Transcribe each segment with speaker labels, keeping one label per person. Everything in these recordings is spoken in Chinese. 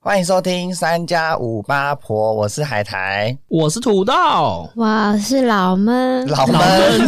Speaker 1: 欢迎收听三加五八婆，我是海苔，
Speaker 2: 我是 土豆，
Speaker 3: 我是嗯老闷，
Speaker 1: 老们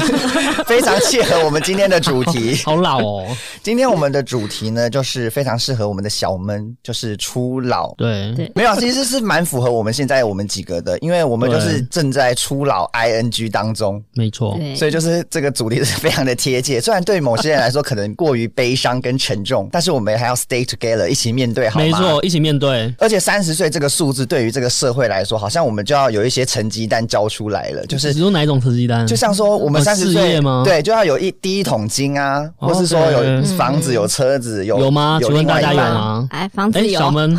Speaker 1: 非常契合我们今天的主题。
Speaker 2: 好老哦。
Speaker 1: 今天我们的主题呢，就是非常适合我们的小闷，就是初老。
Speaker 2: 对
Speaker 3: 对
Speaker 1: 没有，其实是蛮符合我们现在我们几个的，因为我们就是
Speaker 2: 对
Speaker 1: 正在初老 ing 当中，
Speaker 2: 没错，
Speaker 3: 对，
Speaker 1: 所以就是这个主题是非常的贴切。虽然对某些人来说可能过于悲伤跟沉重，但是我们还要 stay together，一起面对，好吗？
Speaker 2: 没错，一起面对。
Speaker 1: 而且三十岁这个数字对于这个社会来说，好像我们就要有一些成绩单交出来了，就是
Speaker 2: 你。说哪一种成绩单？
Speaker 1: 就像说，我们
Speaker 2: 呃
Speaker 1: 三十
Speaker 2: 嗯事
Speaker 1: 岁
Speaker 2: 业吗
Speaker 1: 对，就要有一第一桶金啊，
Speaker 2: 哦
Speaker 1: 或是说有
Speaker 2: 对
Speaker 1: 房子、有车子、有
Speaker 2: 有吗请问
Speaker 1: 另外一
Speaker 2: 大家有
Speaker 1: 半
Speaker 2: 吗
Speaker 3: 哎，房
Speaker 2: 哎
Speaker 3: 子，有，
Speaker 2: 小闷，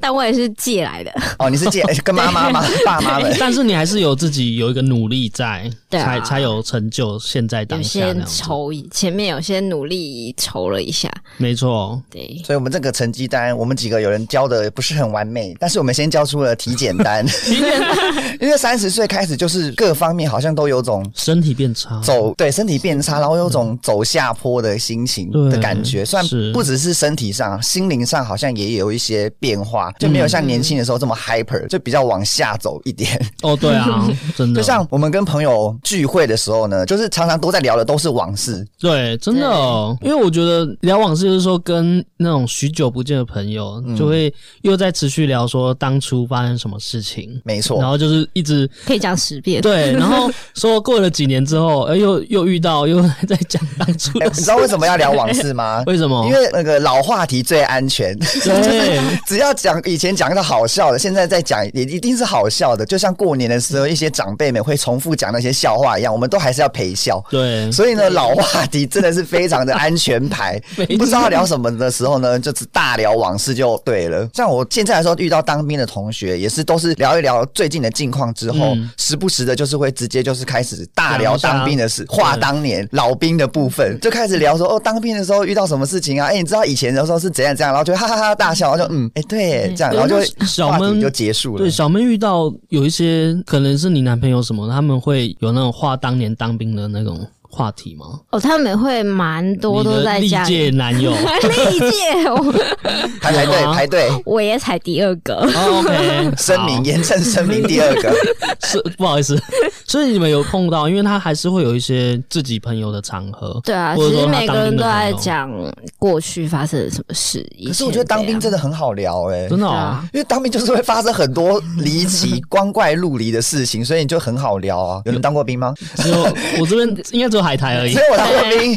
Speaker 3: 但我也是借 来的，
Speaker 1: 哦，你是借 跟妈妈吗？爸妈们？
Speaker 2: 但是你还是有自己有一个努力在，
Speaker 3: 对啊
Speaker 2: 才才有成就。现在
Speaker 3: 有
Speaker 2: 当下
Speaker 3: 些
Speaker 2: 那样子，
Speaker 3: 筹，前面有些努力筹了一下，
Speaker 2: 没错，
Speaker 3: 对，
Speaker 1: 所以，我们这个成绩单，我们几个有人交的不是很完美，但是我们先交出了体检单， 因为三十岁开始就是各方面好像都有种
Speaker 2: 身体变差，
Speaker 1: 走对身体变差，然后有种走下坡的心情
Speaker 2: 对
Speaker 1: 的感觉。虽然
Speaker 2: 是
Speaker 1: 不只是身体上，心灵上好像也有一些变化，就没有像年轻的时候这么
Speaker 2: 嗯
Speaker 1: hyper，就比较往下走一 点。
Speaker 2: 哦，对 啊，真的，
Speaker 1: 就像我们跟朋友聚会的时候呢，就是常常都在聊的都是往事，
Speaker 2: 对，真的哦，因为我觉得聊往事，就是说跟那种许久不见的朋友，
Speaker 1: 嗯
Speaker 2: 就会又在持续聊说当初发生什么事情，
Speaker 1: 没
Speaker 2: 然
Speaker 1: 错。
Speaker 2: 后就是一直
Speaker 3: 可以讲十 遍，
Speaker 2: 对，然后说过了几年之后，哎，又又遇到，又还在讲当初
Speaker 1: 哎
Speaker 2: 的
Speaker 1: 你
Speaker 2: 事
Speaker 1: 知道为什么要聊往事 吗？
Speaker 2: 为什么？
Speaker 1: 因为那个老话题最安 全，
Speaker 2: 对，
Speaker 1: 只要讲以前讲到好笑的，现在再讲也一定是好笑的。就像过年的时候，一些长辈们会重复讲那些笑话一样，我们都还是要陪笑。
Speaker 2: 嗯对，
Speaker 1: 所以呢，老话题真的是非常的安全牌
Speaker 2: 没，错
Speaker 1: 不知道聊什么的时候呢，就是大聊往事就对了。像我现在的时候遇到当兵的同学，也是都是聊一聊最近的近况之后，
Speaker 2: 嗯
Speaker 1: 时不时的就是会直接就是开始大聊
Speaker 2: 聊一下
Speaker 1: 当兵的事，话当年老兵的部
Speaker 2: 嗯
Speaker 1: 分，就开始聊说哦，当兵的时候遇到什么事情啊？哎、你知道以前的时候是怎样怎样，然后就哈哈哈大笑，然后就嗯，哎、对耶，这样，然后就会
Speaker 2: 小
Speaker 1: 话题
Speaker 2: 闷
Speaker 1: 就结束了
Speaker 2: 对，。小妹遇到有一些可能是你男朋友什么，他们会有那种话当年当兵的那种话题吗？
Speaker 3: 哦，他们会蛮多
Speaker 2: 你
Speaker 3: 都
Speaker 2: 的
Speaker 3: 在
Speaker 2: 历
Speaker 3: 讲。
Speaker 2: 届男友
Speaker 3: 历届，我
Speaker 1: 排排队
Speaker 2: 有吗
Speaker 1: 排队，
Speaker 3: 我也才第二 个，
Speaker 2: 哦，OK，
Speaker 1: 声明严正声明第二 个。
Speaker 2: 是不好意 思，所以你们有碰到，因为他还是会有一些自己朋友的场合，
Speaker 3: 对啊，
Speaker 2: 或
Speaker 3: 其
Speaker 2: 者
Speaker 3: 实
Speaker 2: 说他
Speaker 3: 每个
Speaker 2: 当
Speaker 3: 人
Speaker 2: 兵
Speaker 3: 都
Speaker 2: 的
Speaker 3: 在
Speaker 2: 朋友
Speaker 3: 讲过去发生了什么事。
Speaker 1: 可是我觉得当兵真
Speaker 3: 的
Speaker 1: 的很好聊哎、
Speaker 2: 真的
Speaker 3: 对
Speaker 2: 哦
Speaker 3: 啊，
Speaker 1: 因为当兵就是会发生很多离奇、 光怪陆离的事情，所以你就很好聊啊。有人当过兵吗？
Speaker 2: 只有我这边应该只有哎海苔而 已
Speaker 1: 所以。我当过兵，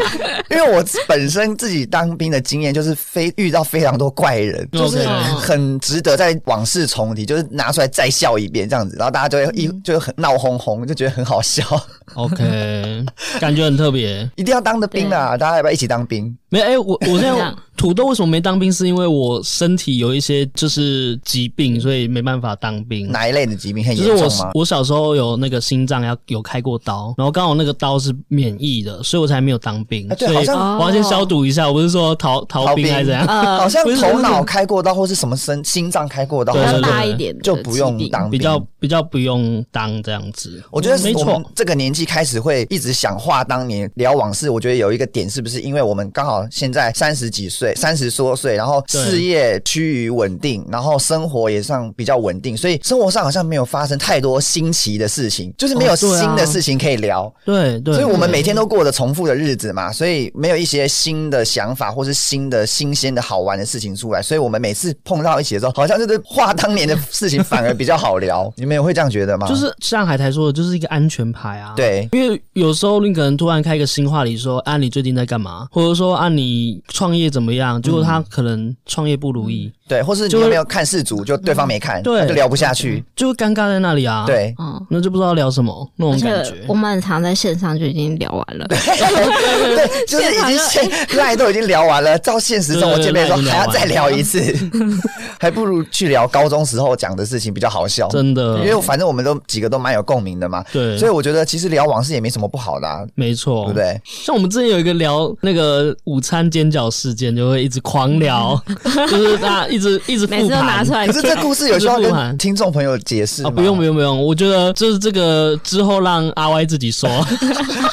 Speaker 1: 因为我本身自己当兵的经验就是非遇到非常多怪人，
Speaker 2: 哦 OK
Speaker 1: 就是很值得在往事重提，就是拿出来再笑一遍这样子，然后大家就会
Speaker 2: 嗯
Speaker 1: 一就很闹哄哄，就觉得很好笑。
Speaker 2: OK，感觉很特别。
Speaker 1: 一定要当的兵啊，大家要不要一起当兵？
Speaker 2: 没哎、我我现
Speaker 3: 这
Speaker 2: 在
Speaker 3: 样
Speaker 2: 土豆为什么没当兵？是因为我身体有一些就是疾
Speaker 3: 嗯
Speaker 2: 病，所以没办法当兵。
Speaker 1: 哪一类的疾病很
Speaker 2: 就
Speaker 1: 严
Speaker 2: 是我
Speaker 1: 重吗？
Speaker 2: 我小时候有那个心脏要有开过刀，然后刚好那个刀是免疫的，所以我才没有当兵。
Speaker 1: 啊对
Speaker 2: 所
Speaker 1: 好
Speaker 2: 以
Speaker 1: 像哦
Speaker 2: 我要先消毒一下，我不是说逃逃兵还是怎样，
Speaker 1: 好
Speaker 3: 呃，
Speaker 1: 像
Speaker 2: 不是
Speaker 1: 头脑开过刀或是什么身心脏开过刀，
Speaker 2: 对
Speaker 3: 比
Speaker 1: 好像
Speaker 3: 较
Speaker 2: 对
Speaker 3: 大
Speaker 2: 对
Speaker 3: 一点的
Speaker 1: 就不
Speaker 3: 疾
Speaker 1: 用
Speaker 3: 病
Speaker 1: 当兵
Speaker 2: 比较比较不用当这样子。
Speaker 1: 我觉得
Speaker 2: 嗯没
Speaker 1: 我
Speaker 2: 错
Speaker 1: 们，这个年纪开始会一直想话当年聊往事，我觉得有一个点是不是因为我们刚好现在三十几岁，三十多岁，然后
Speaker 2: 对
Speaker 1: 事业趋于稳定，然后生活也算比较稳定，所以生活上好像没有发生太多新奇的事情，就是没有
Speaker 2: 哦对啊
Speaker 1: 新的事情可以聊，
Speaker 2: 对对，
Speaker 1: 所以我们
Speaker 2: 对
Speaker 1: 每天都过着重复的日子嘛，所以没有一些新的想法或是新的新鲜的好玩的事情出来，所以我们每次碰到一起的时候，好像就是话当年的事情反而比较好 聊，你们也会这样觉得吗？
Speaker 2: 就是像海苔说的，就是一个安全牌啊。。
Speaker 1: 啊对。
Speaker 2: 因为有时候你可能突然开一个新话题说，啊，你最近在干嘛？或者说啊，你创业怎么样？结果他可能创业不如意，
Speaker 1: 对，或是你
Speaker 2: 就
Speaker 1: 有
Speaker 2: 会
Speaker 1: 没有看事主，就对方没看，
Speaker 2: 对
Speaker 1: 那就聊不下去。
Speaker 2: 就会尴尬在那里啊。，
Speaker 1: 对，
Speaker 3: 嗯。
Speaker 2: 那就不知道聊什么那
Speaker 3: 而
Speaker 2: 种
Speaker 3: 且
Speaker 2: 感觉
Speaker 3: 我。们很常在线上就已经聊 完了，
Speaker 2: 啊
Speaker 1: 对，就是已经现赖都已经聊完了，到现实生活见面的时候
Speaker 2: 对对对
Speaker 1: 还要再聊一次， 还不如去聊高中时候讲的事情比较好笑。
Speaker 2: 真
Speaker 1: 因
Speaker 2: 的，
Speaker 1: 为反正我们都几个都蛮有共鸣的嘛，
Speaker 2: 对
Speaker 1: 所以我觉得其实聊往事也没什么不好的、啊，
Speaker 2: 没错，
Speaker 1: 对不？对？
Speaker 2: 像我们之前有一个聊那个午餐煎饺事件，就就会一直狂聊， 就是大家一直一直复
Speaker 3: 嗯每次都拿
Speaker 2: 盘
Speaker 3: 出。来
Speaker 1: 可
Speaker 3: 讲。
Speaker 1: 是这故
Speaker 2: 哎
Speaker 1: 事有需要跟听众朋友解释吗？
Speaker 2: 啊，不用不，用不用，我觉得就是这个之后让阿 Y 自己说，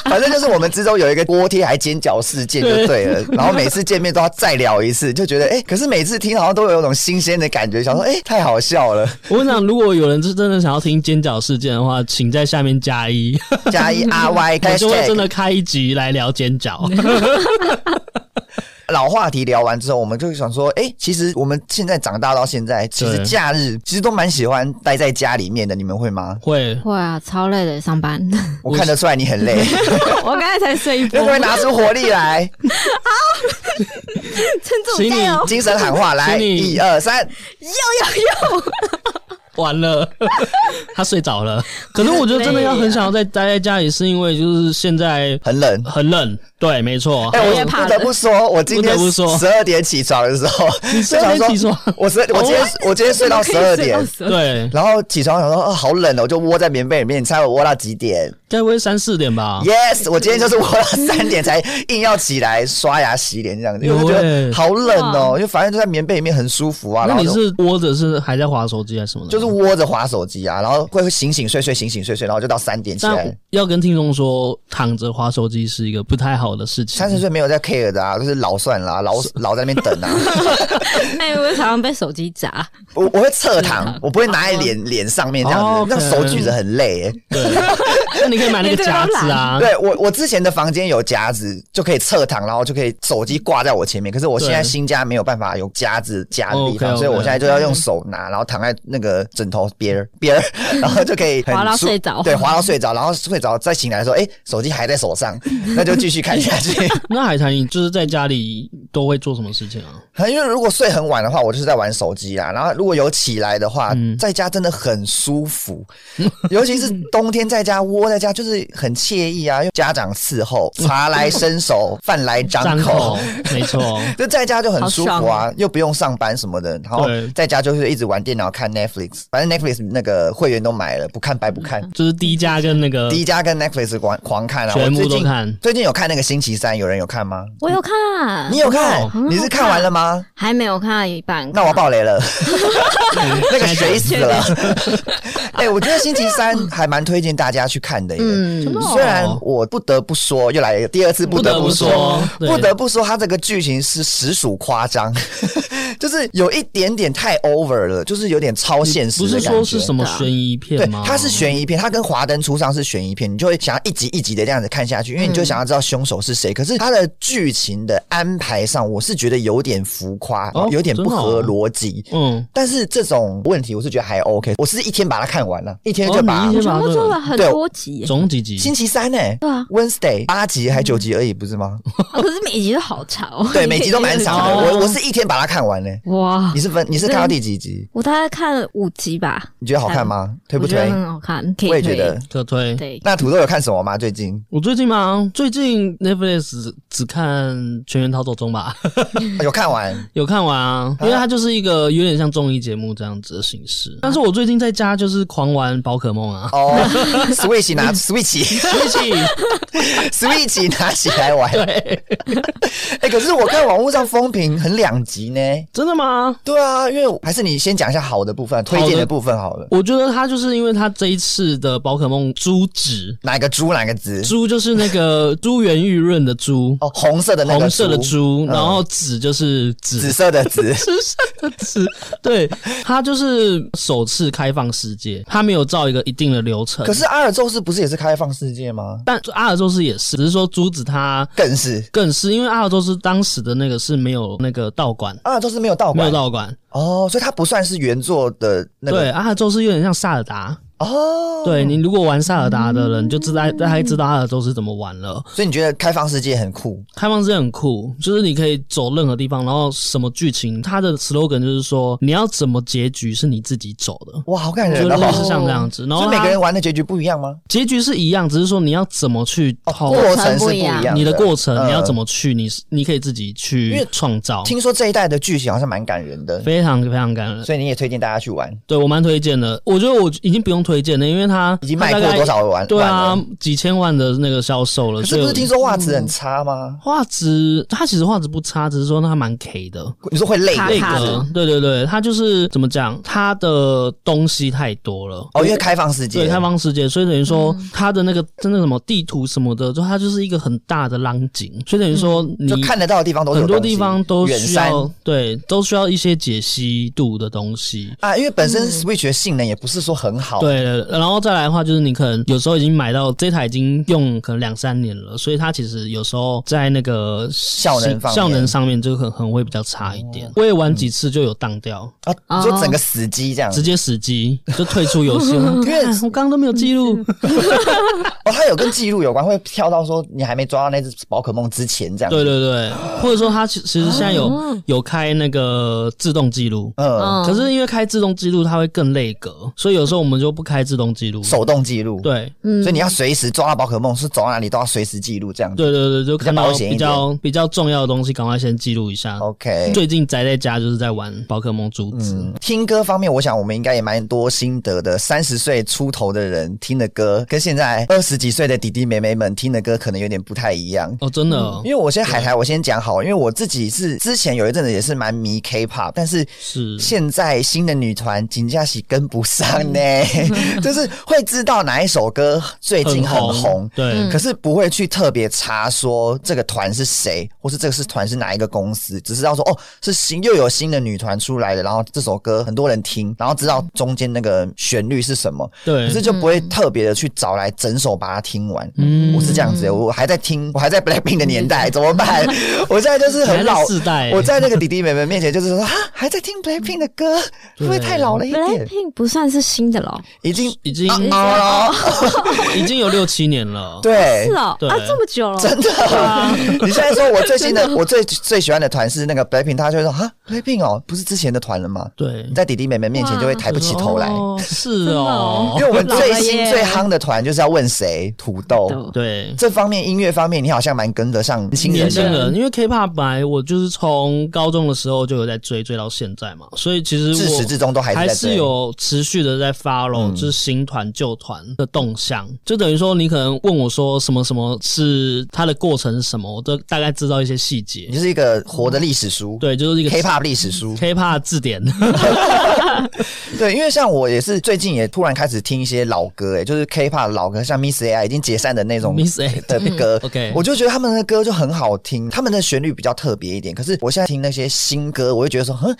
Speaker 1: 反正就是我们之中有一个锅贴还尖角事件就对了，然后每次见面都要再聊一次，就觉得哎、可是每次听好像都有一种新鲜的感觉，想说哎、太好笑了，
Speaker 2: 我想如果有人是真的想要听尖角事件的话，请在下面 加一，
Speaker 1: 加一 R Y
Speaker 2: 我就会
Speaker 1: hashtag
Speaker 2: 真的开一集来聊尖角。
Speaker 1: 老话题聊完之后，我们就想说，哎、其实我们现在长大到现在，其实
Speaker 2: 对
Speaker 1: 假日其实都蛮喜欢待在家里面的，你们会吗？
Speaker 2: 会，
Speaker 3: 会啊，超累的 上班。
Speaker 1: 我看得出来你很 累，
Speaker 3: 我刚才才睡一
Speaker 1: 要
Speaker 3: 波
Speaker 1: 不，要拿出活力来，
Speaker 3: 陈
Speaker 2: 请
Speaker 3: 总
Speaker 2: 你
Speaker 3: 加油！
Speaker 1: 精神喊话来，
Speaker 2: 请你
Speaker 1: 一二三，
Speaker 2: 完了， 他睡着了。可能我觉得真的
Speaker 1: 啊
Speaker 2: 要很想要再待在家里，是因为就是现在
Speaker 1: 很冷。
Speaker 2: 很冷，对，没错。
Speaker 1: 哎、
Speaker 3: 我也
Speaker 1: 我
Speaker 3: 怕
Speaker 1: 不
Speaker 3: 冷
Speaker 1: 得不说，我今天
Speaker 2: 不得不说
Speaker 1: 十二点起床的时候，就
Speaker 2: 你睡
Speaker 1: 想
Speaker 2: 没
Speaker 1: 说
Speaker 2: 起床？
Speaker 1: 我十，我今天我今天睡到十二点，
Speaker 3: 对，
Speaker 2: 对，
Speaker 1: 然后起床想说，哦，好冷哦，我就窝在棉被里面。你猜我窝到几点
Speaker 2: 该不会三四点吧？
Speaker 1: ？Yes，我今天就是窝到三点才硬要起来刷牙洗脸这样子，因为我觉
Speaker 2: 有欸
Speaker 1: 得好冷哦，因为反正就在棉被里面很舒服啊。
Speaker 2: 那
Speaker 1: 然后
Speaker 2: 你
Speaker 1: 就是
Speaker 2: 窝着是还在划手机还是什么的？
Speaker 1: 就是窝着划手机啊，然后会醒醒睡睡醒醒睡睡，然后就到三点起来
Speaker 2: 但。要跟听众说，躺着划手机是一个不太好的事情。
Speaker 1: 三十岁没有在 care 的啊，就是老算啦、老老在那边等啊。
Speaker 3: 那哎我常常被手机砸，
Speaker 1: 我我会侧躺，我不会
Speaker 3: 哦
Speaker 1: 拿在脸脸上面这样
Speaker 2: 哦
Speaker 1: 子，那个
Speaker 2: OK
Speaker 1: 手举着很累、欸。
Speaker 2: 对，那你可以买那个夹子啊。
Speaker 1: 对我，我之前的房间有夹子，就可以侧躺，然后就可以手机挂在我前面。可是我现在
Speaker 2: 对
Speaker 1: 新家没有办法有夹子夹的地
Speaker 3: 哦
Speaker 2: OK，OK
Speaker 1: 方，所以我现在就要
Speaker 3: 嗯
Speaker 1: 用手拿，然后躺在那个枕头边儿 边儿，然后就可以很
Speaker 3: 滑到
Speaker 1: 舒
Speaker 3: 睡着
Speaker 1: 对，滑到睡着，然后睡着再醒来的时候，哎、手机还在手上，那就继续看下去。
Speaker 2: 那海棠，你就是在家里都会做什么事情啊？
Speaker 1: 因为如果睡很晚的话，我就是在玩手机啦。然后如果有起来的话，
Speaker 2: 嗯
Speaker 1: 在家真的很舒服，尤其是冬天在家窝在家，就是很惬意啊。因为家长伺候，茶来伸手，饭来张
Speaker 2: 张
Speaker 1: 口
Speaker 2: 口。，没错。
Speaker 1: 就在家就很舒
Speaker 3: 好
Speaker 1: 服
Speaker 3: 爽哦
Speaker 1: 啊，又不用上班什么的，然后
Speaker 2: 对
Speaker 1: 在家就是一直玩电脑看 Netflix，反正 Netflix 那个会员都买了，不看白不看。
Speaker 3: 嗯
Speaker 2: 就是低价跟 那个
Speaker 1: 第一家跟 Netflix 狂狂看啊，我
Speaker 2: 全部
Speaker 1: 最
Speaker 2: 都
Speaker 1: 近
Speaker 2: 看。
Speaker 1: 最近有看那个星期三，有人有看吗？
Speaker 3: 我有啊看，
Speaker 1: 你有看
Speaker 2: 哦？
Speaker 1: 你是看完了吗？
Speaker 3: 还没有看到一半？
Speaker 1: 那我要爆雷 了。那个水死
Speaker 3: 现
Speaker 1: 了。 哎、我觉得星期三还蛮推荐大家去看的耶。
Speaker 3: 嗯
Speaker 2: 真的哦
Speaker 1: 虽然我不得不说，又来第二次不得不说，
Speaker 2: 不得不说对
Speaker 1: 不得不说，它这个剧情是实属夸张， 就是有一点点太 over 了，就是有点超现实
Speaker 2: 不是
Speaker 1: 的感觉。
Speaker 2: 说是什么悬疑
Speaker 1: 对
Speaker 2: 片吗？，
Speaker 1: 它是悬疑片，它跟《华灯初上》是悬疑片，你就会想要一集一集的这样子看下去，因
Speaker 2: 嗯
Speaker 1: 为你就想要知道凶手是谁。可是它的剧情的安排上，我是觉得有点浮夸，
Speaker 2: 哦
Speaker 1: 有点不合
Speaker 2: 真的哦
Speaker 1: 逻辑。
Speaker 2: 嗯，
Speaker 1: 但是这种问题，我是觉得还 OK。我是一天把它看完了，一天就把、
Speaker 2: 哦你一天
Speaker 3: 全部做了很多集，
Speaker 2: 总几集？
Speaker 1: 星期三呢、
Speaker 3: 对啊，
Speaker 1: Wednesday 八集还九集而已，不是吗？
Speaker 3: 哦可是每集都好长哦，
Speaker 1: 对，每集都蛮长 的。
Speaker 2: 哦
Speaker 1: 我我是一天把它看完呢、欸
Speaker 3: 哇
Speaker 1: 你！是分你是看到第几集？
Speaker 3: 我大概看了五集吧，
Speaker 1: 你觉得好看吗？推不
Speaker 3: 我觉
Speaker 1: 推
Speaker 3: 得？很好看，可以
Speaker 1: 我也觉
Speaker 3: 推
Speaker 1: 得。
Speaker 2: 嗯可推。
Speaker 3: 对，
Speaker 1: 那土豆有看什么吗？最近
Speaker 2: 我最近吗？最近 Netflix 只只看《全员逃走中》吧，
Speaker 3: 嗯
Speaker 1: 有看完？，
Speaker 2: 有看完啊，因为它就是一个有点像综艺节目这样子的形式。但是我最近在家就是狂玩宝可梦啊
Speaker 1: 哦，Switch
Speaker 2: 嗯
Speaker 1: 拿 Switch
Speaker 2: 一起
Speaker 1: Switch 拿起来玩。
Speaker 2: 对，
Speaker 1: 哎、可是我看网络上风评很两极呢。
Speaker 2: 真的吗？
Speaker 1: 对啊，因为我还是你先讲一下好的部分，推荐的部分好了。
Speaker 2: 我觉得它就是因为它这一次的宝可梦珠指，
Speaker 1: 哪个猪哪个子？
Speaker 2: 珠就是那个珠圆玉润的珠，
Speaker 1: 哦，红色 的那个
Speaker 2: 红色的珠，
Speaker 1: 嗯
Speaker 2: 然后指就是指
Speaker 1: 紫色的紫。
Speaker 2: 是是是，对，它就是首次开放世界，它没有照一个一定的流程。
Speaker 1: 可是，阿尔宙斯不是也是开放世界吗？
Speaker 2: 但阿尔宙斯也是，只是说珠子它
Speaker 1: 更是，
Speaker 2: 更是，因为阿尔宙斯当时的那个是没有那个道馆，
Speaker 1: 阿尔宙斯没有道
Speaker 2: 没有
Speaker 1: 馆
Speaker 2: 道馆。
Speaker 1: 哦，所以它不算是原作的那
Speaker 2: 对，
Speaker 1: 个
Speaker 2: 阿尔宙斯有点像萨尔达。
Speaker 1: 哦。
Speaker 2: 对你如果玩萨尔达的人，你就知道大概知道阿尔宙斯怎么玩了。
Speaker 1: 所以你觉得开放世界很酷？
Speaker 2: 开放式很酷，就是你可以走任何地方，然后什么剧情，它的 slogan 就是说你要怎么结局是你自己走的。
Speaker 1: 哇，好感
Speaker 2: 就
Speaker 1: 人
Speaker 2: 类似
Speaker 1: 哦。
Speaker 2: 像这样子，然
Speaker 1: 所
Speaker 2: 后
Speaker 1: 以每
Speaker 2: 它
Speaker 1: 个人玩的结局不一样吗？
Speaker 2: 结局是一样，只是说你要怎么去透
Speaker 1: 哦过程是
Speaker 3: 不
Speaker 1: 不
Speaker 3: 一
Speaker 1: 一
Speaker 3: 样
Speaker 1: 样，
Speaker 2: 你的过程，
Speaker 1: 嗯
Speaker 2: 你要怎么去，你你可以自己去创造，
Speaker 1: 听说这一代的剧情好像蛮感人的，
Speaker 2: 非常非常感人。
Speaker 1: 所以你也推荐大家去玩。
Speaker 2: 对我蛮推荐的，我觉得我已经不用推推荐的，因为它
Speaker 1: 已经卖过
Speaker 2: 它大概
Speaker 1: 多少碗
Speaker 2: 对啊
Speaker 1: 碗，
Speaker 2: 几千万的那个销售了，
Speaker 1: 可是
Speaker 2: 所以
Speaker 1: 不
Speaker 2: 我嗯
Speaker 1: 是听说袜子很差吗？
Speaker 2: 画质，它其实画质不差，只是说它蛮 K 的。
Speaker 1: 你说会累
Speaker 3: 卡
Speaker 1: 的
Speaker 2: 那
Speaker 3: 卡
Speaker 1: 啊是不是
Speaker 2: 个
Speaker 3: 的，
Speaker 2: 对对对，它就是怎么讲，它的东西太多了。
Speaker 1: 哦，因为开放世界，
Speaker 2: 对，开放世界，所以等于说它的那个真的什么地图什么的，就它就是一个很大的浪景，所以等于说你
Speaker 1: 嗯就看得到的地方都是
Speaker 2: 很
Speaker 1: 有
Speaker 2: 多
Speaker 1: 东西
Speaker 2: 地方都
Speaker 1: 远
Speaker 2: 需
Speaker 1: 山
Speaker 2: 要对，都需要一些解析度的东西。
Speaker 1: 啊，因为本身 Switch 的性能也不是说很好，
Speaker 2: 嗯对，然后再来的话，就是你可能有时候已经买到这台已经用可能两三年了，所以它其实有时候在那个
Speaker 1: 效能方面哦
Speaker 2: 效能上面就很很会比较差一点。我也玩几次就有当掉，
Speaker 1: 啊，你说整个死机这样
Speaker 2: 直
Speaker 1: 子。
Speaker 2: 接死机就退出游戏。
Speaker 1: 因为
Speaker 2: 我刚刚都没有记录，
Speaker 1: 哦，它有跟记录有关，会跳到说你还没抓到那只宝可梦之前这样。
Speaker 2: 对，对对，或者说它其其实现在有
Speaker 3: 哦
Speaker 2: 有开那个自动记录，
Speaker 1: 嗯，
Speaker 3: 嗯
Speaker 2: 可是因为开自动记录它会更累格，所以有时候我们就不开自动记录。
Speaker 1: 手动记录。，
Speaker 2: 对
Speaker 3: 嗯
Speaker 1: 所以你要随时抓到宝可梦是走到哪里都要随时记录这样子。
Speaker 2: 对对对，就看到
Speaker 1: 保险一
Speaker 2: 比
Speaker 1: 点
Speaker 2: 较比较重要的东西，赶快先记录一下。
Speaker 1: OK。
Speaker 2: 最近宅在家就是在玩宝可梦珠子，
Speaker 1: 嗯，听歌方面，我想我们应该也蛮多心得的。三十岁出头的人听的歌，跟现在二十几岁的弟弟妹妹们听的歌可能有点不太一样。
Speaker 2: 哦，真的、哦
Speaker 1: 因为我先海苔，我先讲好了，因为我自己是之前有一阵子也是蛮迷 K-pop，但是
Speaker 2: 是
Speaker 1: 现在新的女团金佳喜跟不上呢， 就是会知道哪一首歌最近很红，嗯
Speaker 2: 对，
Speaker 1: 可是不会去特别查说这个团是谁，或是这个是团是哪一个公司，只知道说哦是新又有新的女团出来的，然后这首歌很多人听，然后知道中间那个旋律是什么，可是
Speaker 2: 对，
Speaker 1: 就不会特别的去找来整首把它听完。
Speaker 2: 嗯
Speaker 1: 我是这样子，我还在听，我还在 BLACKPINK 的年 代，怎么办？我现在就是很老
Speaker 2: 还在，世代，
Speaker 1: 我在那个弟弟妹妹面前就是说啊，还在听 BLACKPINK 的歌，会不会太老了一点？
Speaker 3: 嗯 Blackpink 不算是新的咯，
Speaker 1: 已经
Speaker 2: 已经、
Speaker 1: 啊哦，
Speaker 2: 已经有六七年了，
Speaker 1: 对
Speaker 3: 是，哦，
Speaker 2: 对
Speaker 3: 啊，这么久了，
Speaker 1: 哎真的。
Speaker 2: 啊，
Speaker 1: 你现在说我最新的，我最最喜欢的团是那个 BLACKPINK，他就会说啊，BLACKPINK 哦，不是之前的团了吗？
Speaker 2: 对
Speaker 1: 你，在弟弟妹妹面前就会抬不起头来，
Speaker 2: 哦是
Speaker 3: 的
Speaker 2: 哦
Speaker 3: 哦，
Speaker 1: 因为我们最新
Speaker 3: 老了耶
Speaker 1: 最夯的团就是要问谁土豆。
Speaker 3: 的
Speaker 2: 对。
Speaker 1: 这方面音乐方面，你好像蛮跟得上年轻
Speaker 2: 年
Speaker 1: 人
Speaker 2: 轻
Speaker 1: 的。
Speaker 2: 人，因为 K-pop 本来我就是从高中的时候就有在追，追到现在嘛，所以其实
Speaker 1: 自
Speaker 2: 我
Speaker 1: 始至终都还是在
Speaker 2: 还
Speaker 1: 追
Speaker 2: 是有持续的在 follow，、
Speaker 1: 嗯
Speaker 2: 就是新团旧团的动向，就等于说你可能问我说什么什么是它的过程是什么，我都大概知道一些细节
Speaker 1: 你。是一个活的历史书，
Speaker 2: 对，就是一个
Speaker 1: K-pop 历史书。
Speaker 2: K-pop 字典，
Speaker 1: 对，因为像我也是最近也突然开始听一些老歌、欸，就是 K-pop 老歌，像 Miss AI 已经解散的那 种
Speaker 2: Miss A
Speaker 1: 的歌。
Speaker 2: OK
Speaker 1: 我就觉得他们的歌就很好听，他们的旋律比较特别一点。可是我现在听那些新歌，我就觉得说，哼，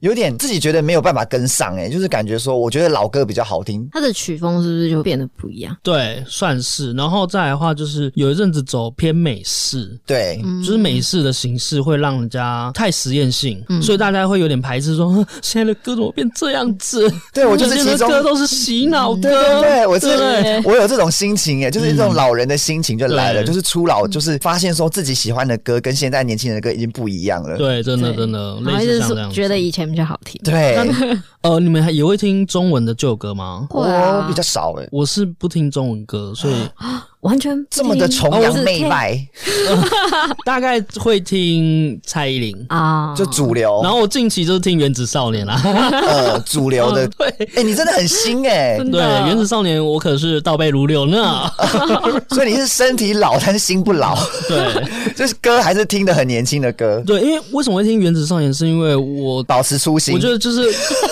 Speaker 1: 有点自己觉得没有办法跟上、欸，就是感觉说，我觉得老歌比较好听。
Speaker 3: 它的曲风是不是就变得不一样？
Speaker 2: 对，算是。然后再来的话，就是有一阵子走偏美式，
Speaker 1: 对，
Speaker 3: 嗯
Speaker 2: 就是美式的形式会让人家太实验性，
Speaker 3: 嗯
Speaker 2: 所以大家会有点排斥说， 哼现在的歌怎么变这样子？
Speaker 1: 对我 就是
Speaker 2: 以前
Speaker 1: 其
Speaker 2: 的
Speaker 1: 中
Speaker 2: 歌都是洗脑歌，
Speaker 1: 对对对，我是
Speaker 2: 对不对
Speaker 1: 我有这种心情哎，就是一种老人的心情就来了，
Speaker 2: 对
Speaker 1: 就是初老，就是发现说自己喜欢的歌跟现在年轻人的歌已经不一样了。
Speaker 2: 对，真的
Speaker 3: 对
Speaker 2: 真的
Speaker 3: 然
Speaker 2: 类
Speaker 3: 后
Speaker 2: 似
Speaker 3: 就
Speaker 2: 像这样
Speaker 3: 是
Speaker 2: 子。
Speaker 3: 觉得以前比较好听，
Speaker 1: 对，
Speaker 2: 呃，你们还也会听中文的旧歌吗？
Speaker 3: 会
Speaker 1: 我
Speaker 3: 啊
Speaker 1: 比较少哎。
Speaker 2: 我是不听中文歌， 所以
Speaker 3: 完全
Speaker 1: 这么的崇洋
Speaker 3: 哦
Speaker 1: 媚外，
Speaker 2: 大概会听蔡依林。
Speaker 3: 啊，
Speaker 1: 就主流，
Speaker 2: 然后我近期就是听《原子少年》 啦，。
Speaker 1: 呃，主流的
Speaker 2: 对
Speaker 1: 哎、你真的很新哎、
Speaker 3: 真
Speaker 2: 对，
Speaker 3: 的
Speaker 2: 《原子少年》我可是倒背如流 呢。
Speaker 1: 所以你是身体老，但是心不 老，
Speaker 2: 对
Speaker 1: 就是歌还是听的很年轻的歌，
Speaker 2: 对，因为为什么会听《原子少年》，是因为我
Speaker 1: 保持初心。
Speaker 2: 我觉 得就是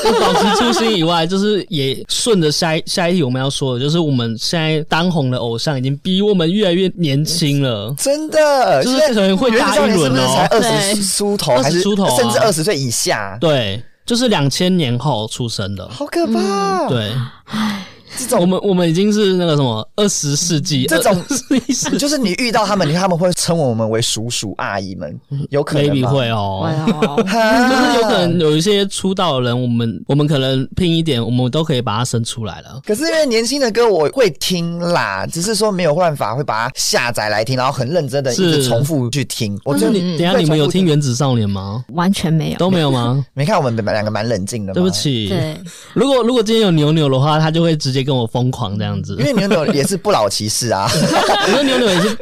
Speaker 2: 我保持初心以外，就是也顺着下一下一题我们要说的，就是我们现在当红的偶像已经逼我们越来越年轻了。
Speaker 1: 真的，
Speaker 2: 就是
Speaker 1: 现在
Speaker 2: 可能会
Speaker 1: 原子
Speaker 2: 大
Speaker 1: 少
Speaker 2: 一
Speaker 1: 年是
Speaker 2: 轮
Speaker 1: 不是才
Speaker 2: 哦
Speaker 1: 二
Speaker 3: 对
Speaker 1: 十出头，
Speaker 2: 20
Speaker 1: 还是
Speaker 2: 出头啊
Speaker 1: 甚至二十岁以下？
Speaker 2: 对，就是两千年后出生的。
Speaker 1: 好可怕、
Speaker 2: 嗯对，
Speaker 1: 哦这
Speaker 2: 我
Speaker 1: 种嗯
Speaker 2: 们我们已经是那个什么二十世纪，
Speaker 1: 这种
Speaker 2: 二十一世纪
Speaker 1: 就是你遇到他们，他们会称我们为叔叔阿姨们，有可能
Speaker 2: 嗯 maybe
Speaker 1: 吗？
Speaker 2: 会哦
Speaker 3: 哎。呦
Speaker 1: 哈
Speaker 2: 就是有可能有一些出道的人，我们我们可能拼一点，我们都可以把它生出来了。
Speaker 1: 可是因为年轻的歌我会听啦，只是说没有办法会把它下载来听，然后很认真的一直
Speaker 2: 是
Speaker 1: 重复去听。我
Speaker 2: 那
Speaker 1: 真的
Speaker 2: 你等一下
Speaker 1: 嗯会
Speaker 2: 你们有
Speaker 1: 重复
Speaker 2: 听《原子少年》吗？
Speaker 3: 完全没有，
Speaker 2: 都没有吗？
Speaker 1: 没看我们两个蛮冷静的吗？
Speaker 2: 对不，起，
Speaker 3: 对，
Speaker 2: 如果如果今天有牛牛的话，他 就会直接跟我疯狂这样子
Speaker 1: 因。为牛牛也是不老骑士啊，
Speaker 2: 我觉得牛牛也是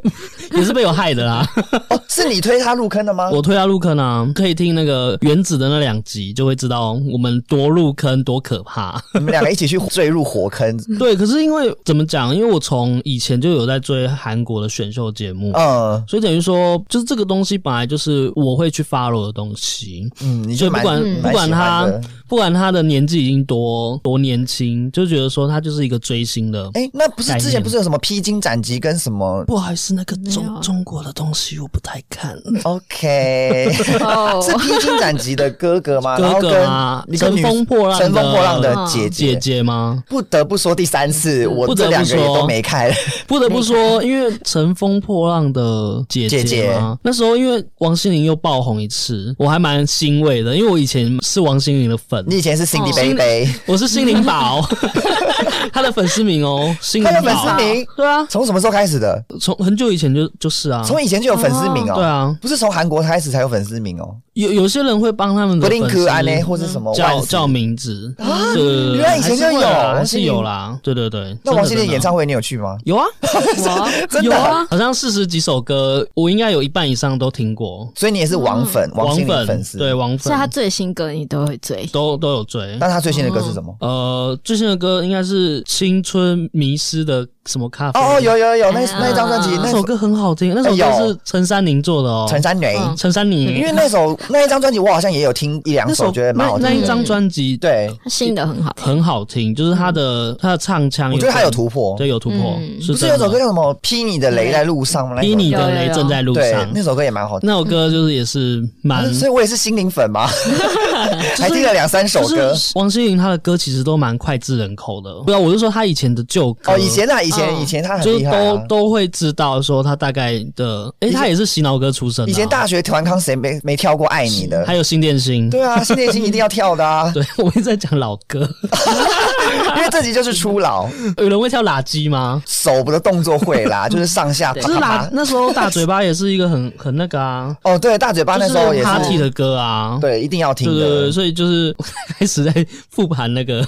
Speaker 2: 也是被我害的 啦。
Speaker 1: 哦，是你推他入坑的吗？
Speaker 2: 我推他入坑啊，可以听那个原子的那两集，就会知道我们多入坑多可 怕。
Speaker 1: 你们两个一起去坠入火坑，
Speaker 2: 对，可是因为怎么讲？因为我从以前就有在追韩国的选秀节目。
Speaker 1: 嗯
Speaker 2: 所以等于说，就是这个东西本来就是我会去 follow 的东西，
Speaker 1: 嗯，你就
Speaker 2: 所以不
Speaker 1: 蛮
Speaker 2: 管
Speaker 1: 蛮
Speaker 2: 不管
Speaker 1: 喜
Speaker 2: 他
Speaker 1: 欢的。
Speaker 2: 不管他的年纪已经多多年轻，就觉得说他就是一个追星的。
Speaker 1: 哎、那不是
Speaker 2: 概
Speaker 1: 之前
Speaker 2: 念
Speaker 1: 不是有什么披荆斩棘跟什么
Speaker 2: 不好意思，那个
Speaker 3: 没有
Speaker 2: 中
Speaker 3: 啊
Speaker 2: 中国的东西我不太看。
Speaker 1: ？OK，
Speaker 3: 哦，
Speaker 1: 是披荆斩棘的哥哥吗？
Speaker 2: 哥哥
Speaker 1: 然
Speaker 2: 啊
Speaker 1: 后跟一个
Speaker 2: 乘
Speaker 1: 女
Speaker 2: 风破浪的
Speaker 1: 乘风破浪的
Speaker 3: 嗯
Speaker 1: 姐 姐。
Speaker 2: 姐姐吗？
Speaker 1: 不得不说，第三次我
Speaker 2: 不
Speaker 1: 这
Speaker 2: 得不
Speaker 1: 两个也
Speaker 2: 说嗯
Speaker 1: 都没看。
Speaker 2: 不得不说，因为《乘风破浪的姐姐》
Speaker 1: 姐姐
Speaker 2: 吗？那时候因为王心凌又爆红一次，我还蛮欣慰的，因为我以前是王心凌的粉，
Speaker 1: 你以前是 Cindy
Speaker 3: 哦
Speaker 1: b a
Speaker 2: 我是心灵 宝，她的粉丝名哦，心
Speaker 1: 他
Speaker 2: 灵
Speaker 1: 的粉丝
Speaker 2: 宝。
Speaker 1: 名
Speaker 2: 对啊，
Speaker 1: 从什么时候开始的？
Speaker 2: 从很久以前就就是啊，
Speaker 1: 从以前就有粉丝名哦。
Speaker 2: 嗯对啊，
Speaker 1: 不是从韩国开始才有粉丝名哦。
Speaker 2: 有有些人会帮他们
Speaker 1: 布
Speaker 2: 的
Speaker 1: 林
Speaker 2: 粉
Speaker 1: 克
Speaker 2: 丝嗯
Speaker 1: 安呢，或是什么
Speaker 2: 叫
Speaker 1: 万斯
Speaker 2: 叫名字，对对对对
Speaker 1: 啊原来以前就
Speaker 2: 还是会啊
Speaker 1: 有
Speaker 2: 还是有啦，对对对。
Speaker 1: 那王心凌
Speaker 2: 真的
Speaker 1: 演唱会你有去吗？
Speaker 2: 有啊，
Speaker 3: 我
Speaker 1: 真
Speaker 2: 有
Speaker 1: 的
Speaker 2: 啊， 好像四十几首歌，我应该有一半以上都听过。
Speaker 1: 所以你也是王粉，王心凌
Speaker 2: 粉
Speaker 1: 粉丝。
Speaker 2: 对，嗯王
Speaker 3: 所以啊他
Speaker 2: 粉
Speaker 3: 最新歌你都会追，
Speaker 2: 都都有追。
Speaker 1: 那他最新的歌是什么？
Speaker 2: 呃，最新的歌应该是《青春迷失》的什么咖啡？
Speaker 1: 哦哦，有有有，那
Speaker 3: 哎呀
Speaker 1: 那一张专辑，那
Speaker 2: 嗯那首歌很好听，那首
Speaker 1: 哎
Speaker 2: 歌
Speaker 1: 有
Speaker 2: 是陈珊妮做的哦，
Speaker 1: 陈珊妮，
Speaker 3: 嗯
Speaker 2: 陈珊妮，
Speaker 1: 因为那首那一张专辑我好像也有听一两
Speaker 2: 那
Speaker 1: 首，
Speaker 2: 首
Speaker 1: 觉得蛮好
Speaker 2: 那那
Speaker 1: 听
Speaker 2: 一
Speaker 1: 的。
Speaker 3: 嗯
Speaker 2: 张专辑
Speaker 1: 对，
Speaker 3: 他新的很好 听，
Speaker 2: 很好听，就是他的他的唱腔，
Speaker 1: 嗯我觉得他有突破。
Speaker 2: 对有突破，
Speaker 3: 嗯
Speaker 2: 是
Speaker 1: 不是
Speaker 2: 真
Speaker 1: 有
Speaker 2: 的
Speaker 1: 首歌叫什么“劈你的雷在路上”吗？那首
Speaker 2: 比你
Speaker 3: 有
Speaker 2: 的
Speaker 3: 有
Speaker 2: 雷
Speaker 3: 有
Speaker 2: 正在路
Speaker 1: 对
Speaker 2: 上，，嗯
Speaker 1: 那首歌也蛮好听。
Speaker 2: 那首歌就是也是蛮
Speaker 1: 啊。所以我也是心灵粉 嘛，还听了两三首歌
Speaker 2: 就。是王心凌她的歌其实都蛮脍炙人口的，对啊，我就说她以前的旧歌，
Speaker 1: 哦，以前啊，以前
Speaker 3: 嗯
Speaker 1: 以前他很
Speaker 2: 就
Speaker 1: 厉
Speaker 2: 是
Speaker 1: 害
Speaker 2: 都
Speaker 1: 啊。
Speaker 2: 都会知道说她大概的，诶，她也是洗脑歌出身的啊，
Speaker 1: 以前大学团康谁没没跳过《爱你》的？
Speaker 2: 还有新电 心，
Speaker 1: 对啊，新恋心一定要跳的 啊，
Speaker 2: 对我一直在讲老歌，
Speaker 1: 因为这集就是初老，
Speaker 2: 有人会跳垃圾吗？
Speaker 1: 手不的动作会啦，就是上下啪
Speaker 2: 只是
Speaker 1: 啪
Speaker 2: 拉
Speaker 1: 啪。
Speaker 2: 那时候大嘴巴也是一个很很那个啊，
Speaker 1: 哦，对，大嘴巴那时候
Speaker 2: 就
Speaker 1: 也
Speaker 2: 是
Speaker 1: 是
Speaker 2: party 的歌啊，
Speaker 1: 对，一定要听
Speaker 2: 对对对，
Speaker 1: 的。
Speaker 2: 所以就是开始在复盘那个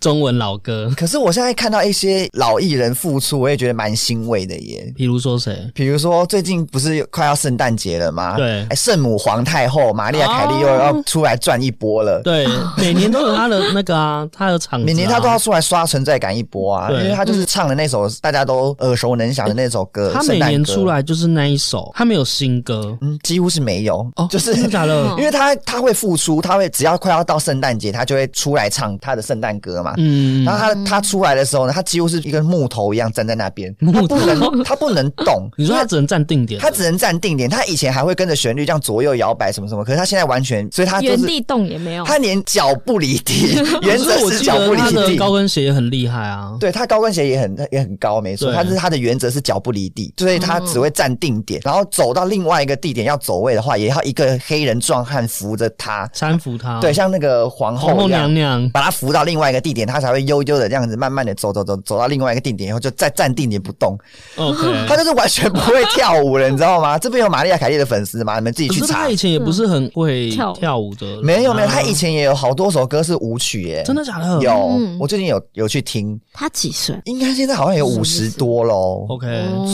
Speaker 2: 中文老歌，
Speaker 1: 可是我现在看到一些老艺人复出，我也觉得蛮欣慰的耶。
Speaker 2: 比如说谁？
Speaker 1: 比如说，最近不是快要圣诞节了吗？
Speaker 2: 对哦
Speaker 1: 哎圣母皇太后玛利亚·凯莉又要出来赚一波了。
Speaker 2: 对，每年都有他的那个啊，他的场子、啊，
Speaker 1: 每年她都要出来刷存在感一波啊，因
Speaker 2: 对
Speaker 1: 为她就是唱的那首大家都耳熟能详的那首歌，
Speaker 2: 他
Speaker 1: 呃圣
Speaker 2: 嗯每
Speaker 1: 诞
Speaker 2: 年
Speaker 1: 歌
Speaker 2: 出，来就是那一首，他没有新歌
Speaker 1: 嗯，几乎是没有，
Speaker 2: 哦，
Speaker 1: 就是
Speaker 2: 真的 假的？
Speaker 1: 因为他他会付出，他会只要快要到圣诞节，他就会出来唱他的圣诞歌嘛。
Speaker 2: 嗯，
Speaker 1: 然后他他出来的时候呢，他几乎是一根木头一样站在那边，
Speaker 2: 木
Speaker 1: 他
Speaker 2: 头
Speaker 1: 不能他不能动
Speaker 2: 。你说
Speaker 1: 因
Speaker 2: 他
Speaker 1: 为
Speaker 2: 只能站定点，
Speaker 1: 他只能站定点，他以前还会跟着旋律这样左右摇摆什么什么，可是他现在完全，所以他就
Speaker 3: 原
Speaker 1: 是
Speaker 3: 地动也没有，
Speaker 1: 他连脚不离 地，原
Speaker 2: 可
Speaker 1: 则
Speaker 2: 是我
Speaker 1: 是
Speaker 2: 记
Speaker 1: 脚不
Speaker 2: 得他的
Speaker 1: 离
Speaker 2: 高
Speaker 1: 地。
Speaker 2: 跟鞋也很厉害 啊，
Speaker 1: 对他高跟鞋也很也很高，没错，
Speaker 2: 对嗯
Speaker 1: 但是他的原则是脚不离地，所以他只会站定点，然后走到另外一个地点要走位的话，也要一个黑人壮汉扶着他，
Speaker 2: 搀扶他，
Speaker 1: 对，，像那个皇
Speaker 2: 啊皇
Speaker 1: 后
Speaker 2: 后
Speaker 1: 一样
Speaker 2: 娘，娘，
Speaker 1: 把他扶到另外一个地点，他才会悠悠的这样子慢慢的走走走走到另外一个地点以后，就再站定点不动。 他
Speaker 2: OK。
Speaker 1: 就是完全不会跳舞了，你知道吗？这边有玛利亚凯莉的粉丝吗？你们自己
Speaker 2: 可
Speaker 1: 去
Speaker 2: 是
Speaker 1: 查
Speaker 2: 他以。前也不是很会
Speaker 3: 跳
Speaker 2: 跳舞的人啊，
Speaker 1: 没有没有，他以前也有好多首歌是舞曲耶、
Speaker 2: 真的假的？
Speaker 1: 有。
Speaker 3: 嗯
Speaker 1: 我最近有有去听，
Speaker 3: 他几岁？
Speaker 1: 应该现在好像有
Speaker 3: 是
Speaker 1: 五十多喽。
Speaker 2: OK，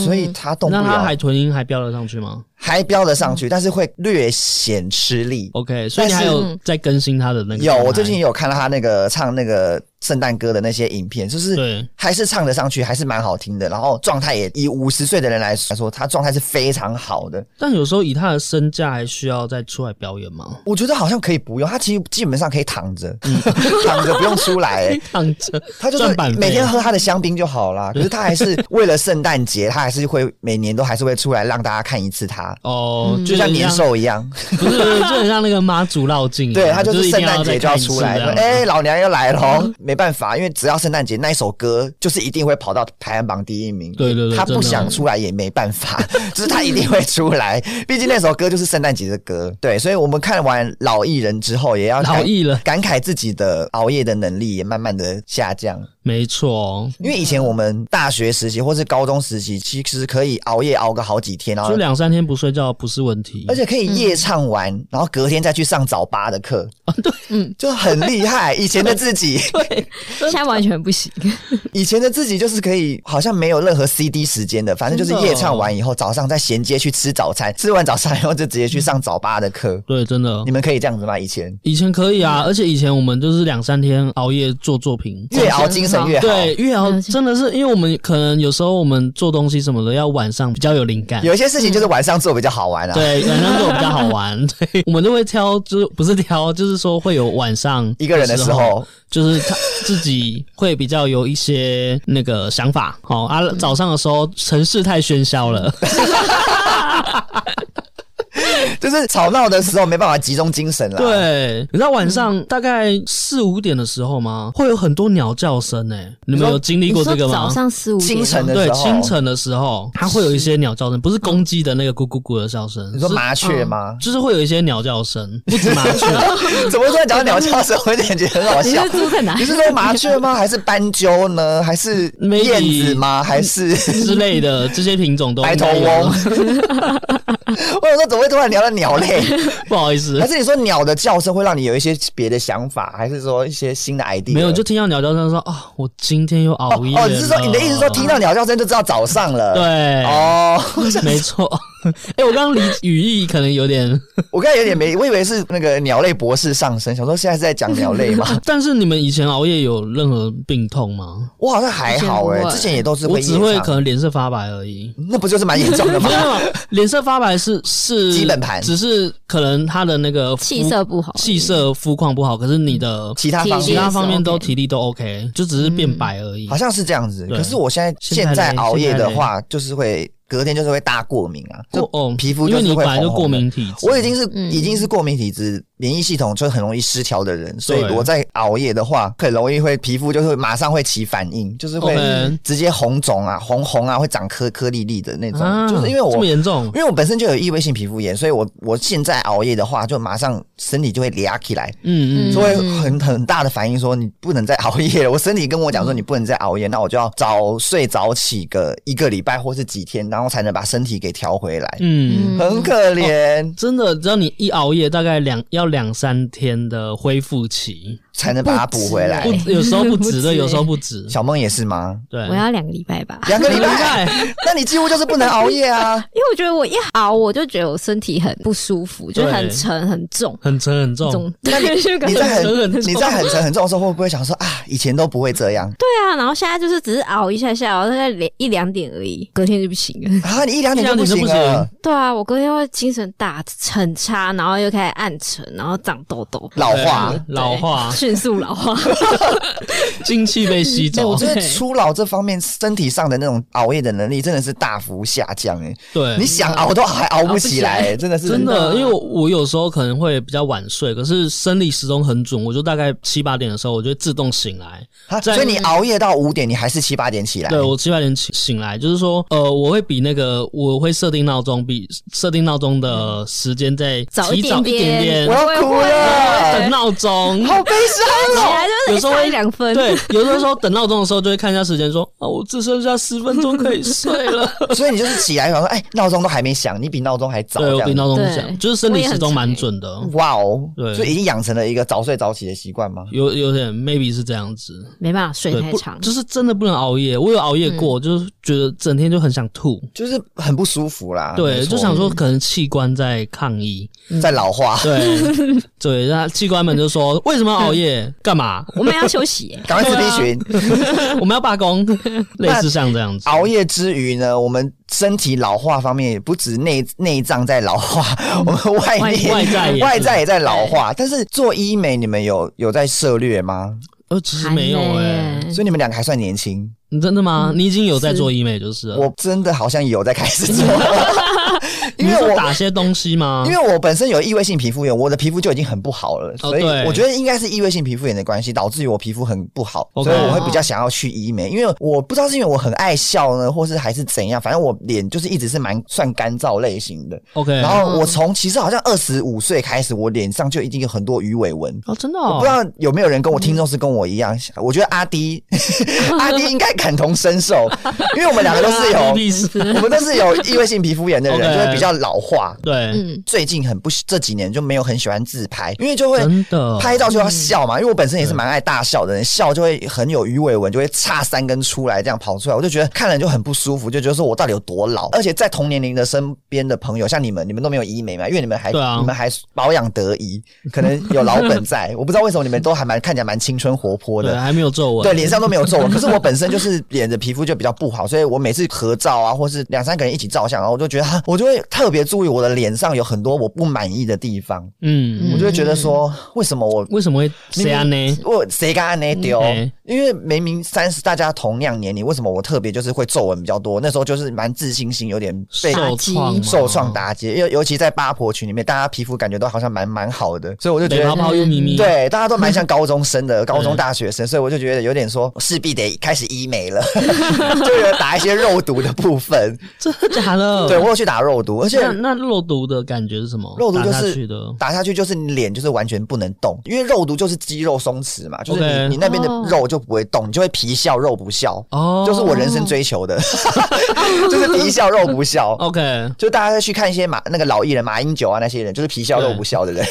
Speaker 1: 所以他动不
Speaker 2: 嗯那他
Speaker 1: 了
Speaker 2: 海，豚音还嗯飙得上去吗
Speaker 1: 还飙得上去，但是会略显吃力。
Speaker 2: ？OK，所以你还有在更新他的哦那个
Speaker 1: 有，
Speaker 2: 状态？
Speaker 1: 我最近也有看到他那个唱那个圣诞歌的那些影片，就是
Speaker 2: 对
Speaker 1: 还是唱得上去，还是蛮好听的。然后状态也以五十岁的人来说，他状态是非常好的。
Speaker 2: 但有时候以他的身价，还需要再出来表演吗？
Speaker 1: 我觉得好像可以不用，他其实基本上可以躺着，嗯 躺着不用出来、欸
Speaker 2: 躺着，
Speaker 1: 他就是
Speaker 2: 赚版费啊
Speaker 1: 每天喝他的香槟就好啦。可是他还是为了圣诞节，他还是会每年都还是会出来让大家看一次他，
Speaker 2: 哦，
Speaker 1: 就像
Speaker 2: 有点
Speaker 1: 年兽一样。
Speaker 2: 不是，不是就很像那个妈祖绕境一样，
Speaker 1: 对他
Speaker 2: 啊就
Speaker 1: 就是
Speaker 2: 一
Speaker 1: 圣
Speaker 2: 定
Speaker 1: 诞节
Speaker 2: 再
Speaker 1: 就
Speaker 2: 看
Speaker 1: 要
Speaker 2: 一次
Speaker 1: 出来
Speaker 2: 这
Speaker 1: 说
Speaker 2: 样：“
Speaker 1: 哎、老娘又来喽！” 没办法，因为只要圣诞节那一首歌，就是一定会跑到排行榜第一名。
Speaker 2: 对对对
Speaker 1: 他不
Speaker 2: 真的
Speaker 1: 想出来也没办法， 就是他一定会出来。毕竟那首歌就是圣诞节的歌。对，所以我们看完老艺人之后，也要
Speaker 2: 老
Speaker 1: 感
Speaker 2: 艺人，
Speaker 1: 感慨自己的熬夜的能力也慢慢的下降。
Speaker 2: 没错，
Speaker 1: 因为以前我们大学时期或是高中时期，其实可以熬夜熬个好几天，然后
Speaker 2: 就两三天不睡觉不是问题，
Speaker 1: 而且可以夜唱完，
Speaker 2: 嗯
Speaker 1: 然后隔天再去上早八的课，
Speaker 2: 哦
Speaker 3: 嗯，
Speaker 1: 就很厉 害。以前的自己，
Speaker 3: 现在完全不行。
Speaker 1: 以前的自己就是可以，好像没有任何 CD 时间的，反正就是
Speaker 2: 真的哦
Speaker 1: 夜唱完以后，早上再衔接去吃早餐，吃完早餐以后就直接去上早八的课。
Speaker 2: 对，真的
Speaker 1: 你。们可以这样子吗？以前
Speaker 2: 以前可以啊，而且以前我们就是两三天熬夜做作品，
Speaker 1: 越熬精神越好。
Speaker 2: 哦对，越熬
Speaker 3: 了解
Speaker 2: 真的是因为我们可能有时候我们做东西什么的要晚上比较有灵感，
Speaker 1: 有一些事情就是晚上做比较好玩啊。，
Speaker 2: 对，晚上做比较好玩。 对，我们都会挑，就是不是挑，就是说会有晚上
Speaker 1: 一个人的时候，
Speaker 2: 就是他自己会比较有一些那个想法。哦啊，
Speaker 3: 嗯
Speaker 2: 早上的时候城市太喧嚣 了，
Speaker 1: 就是吵闹的时候没办法集中精神了。，
Speaker 2: 对，你知道晚
Speaker 3: 嗯
Speaker 2: 上大概四五点的时候吗？会有很多鸟叫声诶、欸你们有经历
Speaker 3: 你
Speaker 2: 过
Speaker 3: 说
Speaker 2: 这个
Speaker 3: 早
Speaker 2: 吗？
Speaker 3: 上四五点
Speaker 1: 清
Speaker 3: 吗，
Speaker 1: 晨的时
Speaker 2: 对，
Speaker 1: 候，
Speaker 2: 清晨的时候，它会有一些鸟叫声，不是公鸡的那个咕咕咕的叫声，
Speaker 1: 你说
Speaker 2: 是
Speaker 1: 麻雀吗？
Speaker 2: 就是会有一些鸟叫声，不止麻 雀，
Speaker 1: 怎么突然讲到鸟叫声，我有点觉得很好
Speaker 3: 你
Speaker 1: 笑
Speaker 3: 是。住在
Speaker 2: 啊
Speaker 3: 哪？
Speaker 1: 你是说麻雀吗？还是斑鸠呢？还是
Speaker 2: Maybe 嗯哦
Speaker 1: 燕子吗？还是
Speaker 2: 之类的这些品种都
Speaker 1: 白头翁？
Speaker 2: 应该有
Speaker 1: 我 想说，怎么会突然聊到鸟类？
Speaker 2: 不好意
Speaker 1: 还
Speaker 2: 思，
Speaker 1: 是你说鸟的叫声会让你有一些别的想法，还是说一些新的 idea？
Speaker 2: 没有就听到鸟叫声说啊，我今天又熬夜了。
Speaker 1: 哦，你是说你的意思是说听到鸟叫声就知道早上了？。
Speaker 2: 对，
Speaker 1: 哦，
Speaker 2: 没错。 哎，我刚刚理语义可能 有点，
Speaker 1: 我刚才有点没，我以为是那个鸟类博士上身，想说现在是在讲鸟 类吗？
Speaker 2: 但是你们以前熬夜有任何病痛吗？
Speaker 1: 我好像还好哎、
Speaker 3: 以前不会
Speaker 1: 之前也都是
Speaker 2: 我
Speaker 1: 会
Speaker 2: 只
Speaker 1: 夜
Speaker 2: 会
Speaker 1: 唱
Speaker 2: 可能脸色发白而已。
Speaker 1: 那不就是蛮严重的 吗
Speaker 2: 没？有，没 有脸色发白是是
Speaker 1: 基本盘
Speaker 2: 只是可能他的那个肤
Speaker 3: 气色不好，
Speaker 2: 气色肤况不好，可是你的
Speaker 1: 其他方
Speaker 3: 体
Speaker 2: 其
Speaker 1: 面嗯
Speaker 3: 力
Speaker 2: 他方面都
Speaker 3: OK
Speaker 2: 体力都 OK，就只是变白而已
Speaker 1: 好。像是这样子，
Speaker 2: 嗯对
Speaker 1: 可是我现在
Speaker 2: 现
Speaker 1: 现
Speaker 2: 在
Speaker 1: 在
Speaker 2: 嘞
Speaker 1: 熬夜
Speaker 2: 现在
Speaker 1: 的
Speaker 2: 嘞
Speaker 1: 话，就是会隔天就是会大过敏啊，就
Speaker 2: 过哦
Speaker 1: 皮肤
Speaker 2: 因
Speaker 1: 就
Speaker 2: 为
Speaker 1: 是
Speaker 2: 你
Speaker 1: 会
Speaker 2: 本来就
Speaker 1: 红红
Speaker 2: 过
Speaker 1: 的
Speaker 2: 敏体质，
Speaker 1: 我已经是、
Speaker 3: 嗯
Speaker 1: 已经是过敏体质，免疫系统就很容易失调的人，所以
Speaker 2: 对
Speaker 1: 我在熬夜的话，很容易会皮肤就是马上会起反应，就是
Speaker 2: 哦
Speaker 1: 会
Speaker 2: OK
Speaker 1: 直接红肿啊、红红啊，会长颗颗粒粒的那种。
Speaker 2: 啊
Speaker 1: 就是因为我
Speaker 2: 这么严重
Speaker 1: 因，为我本身就有异位性皮肤炎，所以我我现在熬夜的话，就马上身体就会俩起来，
Speaker 2: 嗯嗯，
Speaker 1: 就会很很大的反应说你不能再熬夜了。我身体跟我讲说你不能再熬夜，那我就要早睡早起个一个礼拜或是几天，然后才能把身体给调回来。
Speaker 2: 嗯，哦
Speaker 3: 嗯
Speaker 1: 很可怜，
Speaker 2: 真的，只要你一熬夜，大概两要两三天的恢复期，
Speaker 1: 才能把它补回来
Speaker 2: 不。
Speaker 3: 哎
Speaker 2: 有时候不
Speaker 3: 不
Speaker 2: 止，
Speaker 3: 止
Speaker 2: 对，有时候
Speaker 3: 欸
Speaker 2: 不止，
Speaker 1: 小梦也是吗？
Speaker 2: 对，
Speaker 3: 我要两个礼拜吧，
Speaker 1: 两个礼 拜，
Speaker 2: 拜，
Speaker 1: 那你几乎就是不能熬夜 啊！
Speaker 3: 因为我觉得我一熬我就觉得我身体很不舒服，就是很沉很重，
Speaker 2: 很沉很重，
Speaker 3: 重对，就感
Speaker 1: 你
Speaker 3: 觉
Speaker 1: 在
Speaker 2: 很
Speaker 1: 很
Speaker 2: 重
Speaker 1: 你在很沉很重的时候，会不会想说啊，以前都不会这样
Speaker 3: 对啊。然后现在就是只是熬一下下，然后大概两一两点而已，隔天就不行了。
Speaker 1: 啊？你一两点就不行
Speaker 2: 一两点就
Speaker 1: 了
Speaker 2: 不，
Speaker 3: 对啊，我隔天会精神大很差，然后又开始暗沉，然后长痘痘，
Speaker 1: 老化
Speaker 2: 对。老化
Speaker 3: 对，迅速老 化。
Speaker 2: 精气被吸
Speaker 1: 对，我
Speaker 2: 走，
Speaker 1: 觉得
Speaker 3: 对
Speaker 1: 初老这方面身体上的那种熬夜的能力真的是大幅下降哎、
Speaker 2: 对，
Speaker 1: 你想熬都还熬不起来、
Speaker 3: 熬不起
Speaker 1: 哎真的是
Speaker 2: 啊真的，
Speaker 3: 的
Speaker 2: 因为我我有时候可能会比较晚睡，可是生理时钟很准，我就大概七八点的时候，我就会自动醒来。
Speaker 1: 啊
Speaker 2: 在
Speaker 1: 所以你熬夜到五点，你还是七八点起来。
Speaker 2: 对我七八点醒醒来，就是说，呃，我会比那个我会设定闹钟，比设定闹钟的时间再
Speaker 3: 早
Speaker 2: 提
Speaker 3: 一
Speaker 2: 早
Speaker 3: 点
Speaker 2: 一点
Speaker 3: 点
Speaker 1: 我
Speaker 2: 点，
Speaker 1: 要哭了，
Speaker 2: 等闹 钟。
Speaker 1: 好悲伤
Speaker 3: 起
Speaker 1: 哦。
Speaker 3: 来就是差一两分，
Speaker 2: 对，有的时候等闹钟的时候就会看一下时间，说啊，我只剩下十分钟可以睡了。
Speaker 1: 所以你就是起来想说，哎，闹钟都还没响，你比闹钟还早。
Speaker 2: 对，
Speaker 1: 这
Speaker 2: 我
Speaker 1: 样
Speaker 2: 比
Speaker 1: 子
Speaker 2: 闹钟
Speaker 3: 对
Speaker 2: 响，就是生理时钟蛮准的，
Speaker 1: 哇哦，
Speaker 2: 对
Speaker 1: 所以已经养成了一个早睡早起的习惯吗？
Speaker 2: 有有点 maybe 是这样子。
Speaker 3: 没办法睡
Speaker 2: 对，
Speaker 3: 太
Speaker 2: 不
Speaker 3: 长，嗯
Speaker 2: 就是真的不能熬夜。我有熬夜过，就是觉得整天就很想吐，
Speaker 1: 就是很不舒服啦。
Speaker 2: 对，
Speaker 1: 没错
Speaker 2: 就想说可能器官在抗议，
Speaker 1: 在老化，
Speaker 2: 对对，那器官们就说为什么要熬 夜，干嘛？
Speaker 3: 我们要休息 耶。
Speaker 1: 赶快吃 B
Speaker 2: 啊
Speaker 1: 群。
Speaker 2: 我们要罢 工，类似像这样子。
Speaker 1: 熬夜之余呢，我们身体老化方面也不止内内脏在老化，我们外面
Speaker 2: 嗯外外在也是
Speaker 1: 哎外在也在老化。但是做医美，你们有有在涉略吗？
Speaker 2: 呃，其实没有
Speaker 3: 还
Speaker 2: 哎，
Speaker 3: 没嗯
Speaker 1: 所以你们两个还算年轻，
Speaker 2: 你真的吗？你已经有在做医美就是了，
Speaker 1: 我真的好像有在开始 做，因
Speaker 2: 你
Speaker 1: 为
Speaker 2: 是说
Speaker 1: 我
Speaker 2: 打些东西吗哦
Speaker 1: 因？为我本身有异位性皮肤炎，我的皮肤就已经很不好了，所以
Speaker 2: 对
Speaker 1: 我觉得应该是异位性皮肤炎的关系，导致于我皮肤很不好，
Speaker 2: OK
Speaker 1: 所以我会比较想要去医美，因为我不知道是因为我很爱笑呢，或是还是怎样，反正我脸就是一直是蛮算干燥类型的。
Speaker 2: OK，
Speaker 1: 然后我从其实好像二十五岁开始，我脸上就已经有很多鱼尾纹。
Speaker 2: 哦，真的
Speaker 1: 我
Speaker 2: 哦
Speaker 1: 不知，道有没有人跟我听众是跟我一样，我觉得阿迪，阿迪应该感同身受，因为我们两个都是有
Speaker 2: 啊，屁事
Speaker 3: 嗯
Speaker 1: 我们都是有异位性皮肤炎的人，
Speaker 2: OK，
Speaker 1: 就会比较较老化。
Speaker 2: 对，
Speaker 3: 嗯，
Speaker 1: 最近很不喜这几年就没有很喜欢自拍，因为就会
Speaker 2: 真的
Speaker 1: 拍照就要笑嘛，因为我本身也是蛮爱大笑的人，笑就会很有鱼尾纹，就会差三根出来这样跑出来，我就觉得看人就很不舒服，就觉得说我到底有多老？而且在同年龄的身边的朋友，像你们，你们都没有医美嘛，因为你们还、
Speaker 2: 对啊
Speaker 1: 你们还保养得宜，可能有老本在，我不知道为什么你们都还蛮看起来蛮青春活泼
Speaker 2: 对
Speaker 1: 的。
Speaker 2: 还没有皱纹，
Speaker 1: 对，脸上都没有皱纹，可是我本身就是脸的皮肤就比较不好，所以我每次合照啊，或是两三个人一起照相，然后我就觉得，啊我就会特别注意我的脸上有很多我不满意的地方，
Speaker 2: 嗯，
Speaker 1: 我就会觉得说，为什么我
Speaker 2: 为什么会这样呢？
Speaker 1: 我谁敢按那丢
Speaker 2: 嗯嘿？
Speaker 1: 哦因为明明三十，大家同样年龄，为什么我特别就是会皱纹比较多？那时候就是蛮自信心有点被
Speaker 2: 受创吗，
Speaker 1: 受创打击，尤尤其在八婆群里面，大家皮肤感觉都好像蛮蛮好的，所以我就觉
Speaker 2: 北泡
Speaker 1: 得。
Speaker 2: 泡又咪咪，
Speaker 1: 对，大家都蛮像高中生 的，高中大学生，所以我就觉得有点说，势必得开始医美了， 就有打一些肉毒的部分。
Speaker 2: 真的假的？
Speaker 1: 对我有去打肉毒，而且
Speaker 2: 那那肉毒的感觉是什么？
Speaker 1: 肉毒就
Speaker 2: 打下
Speaker 1: 是
Speaker 2: 去的，
Speaker 1: 打下去就是你脸就是完全不能动，因为肉毒就是肌肉松弛嘛，就是
Speaker 2: OK
Speaker 1: 你你那边的
Speaker 3: 哦
Speaker 1: 肉就不会动，你就会皮笑肉不笑，
Speaker 2: 哦，
Speaker 1: 就是我人生追求的， 就是皮笑肉不笑。
Speaker 2: OK，
Speaker 1: 就大家去看一些马那个老艺人马英九啊那些人，就是皮笑肉不笑的 人，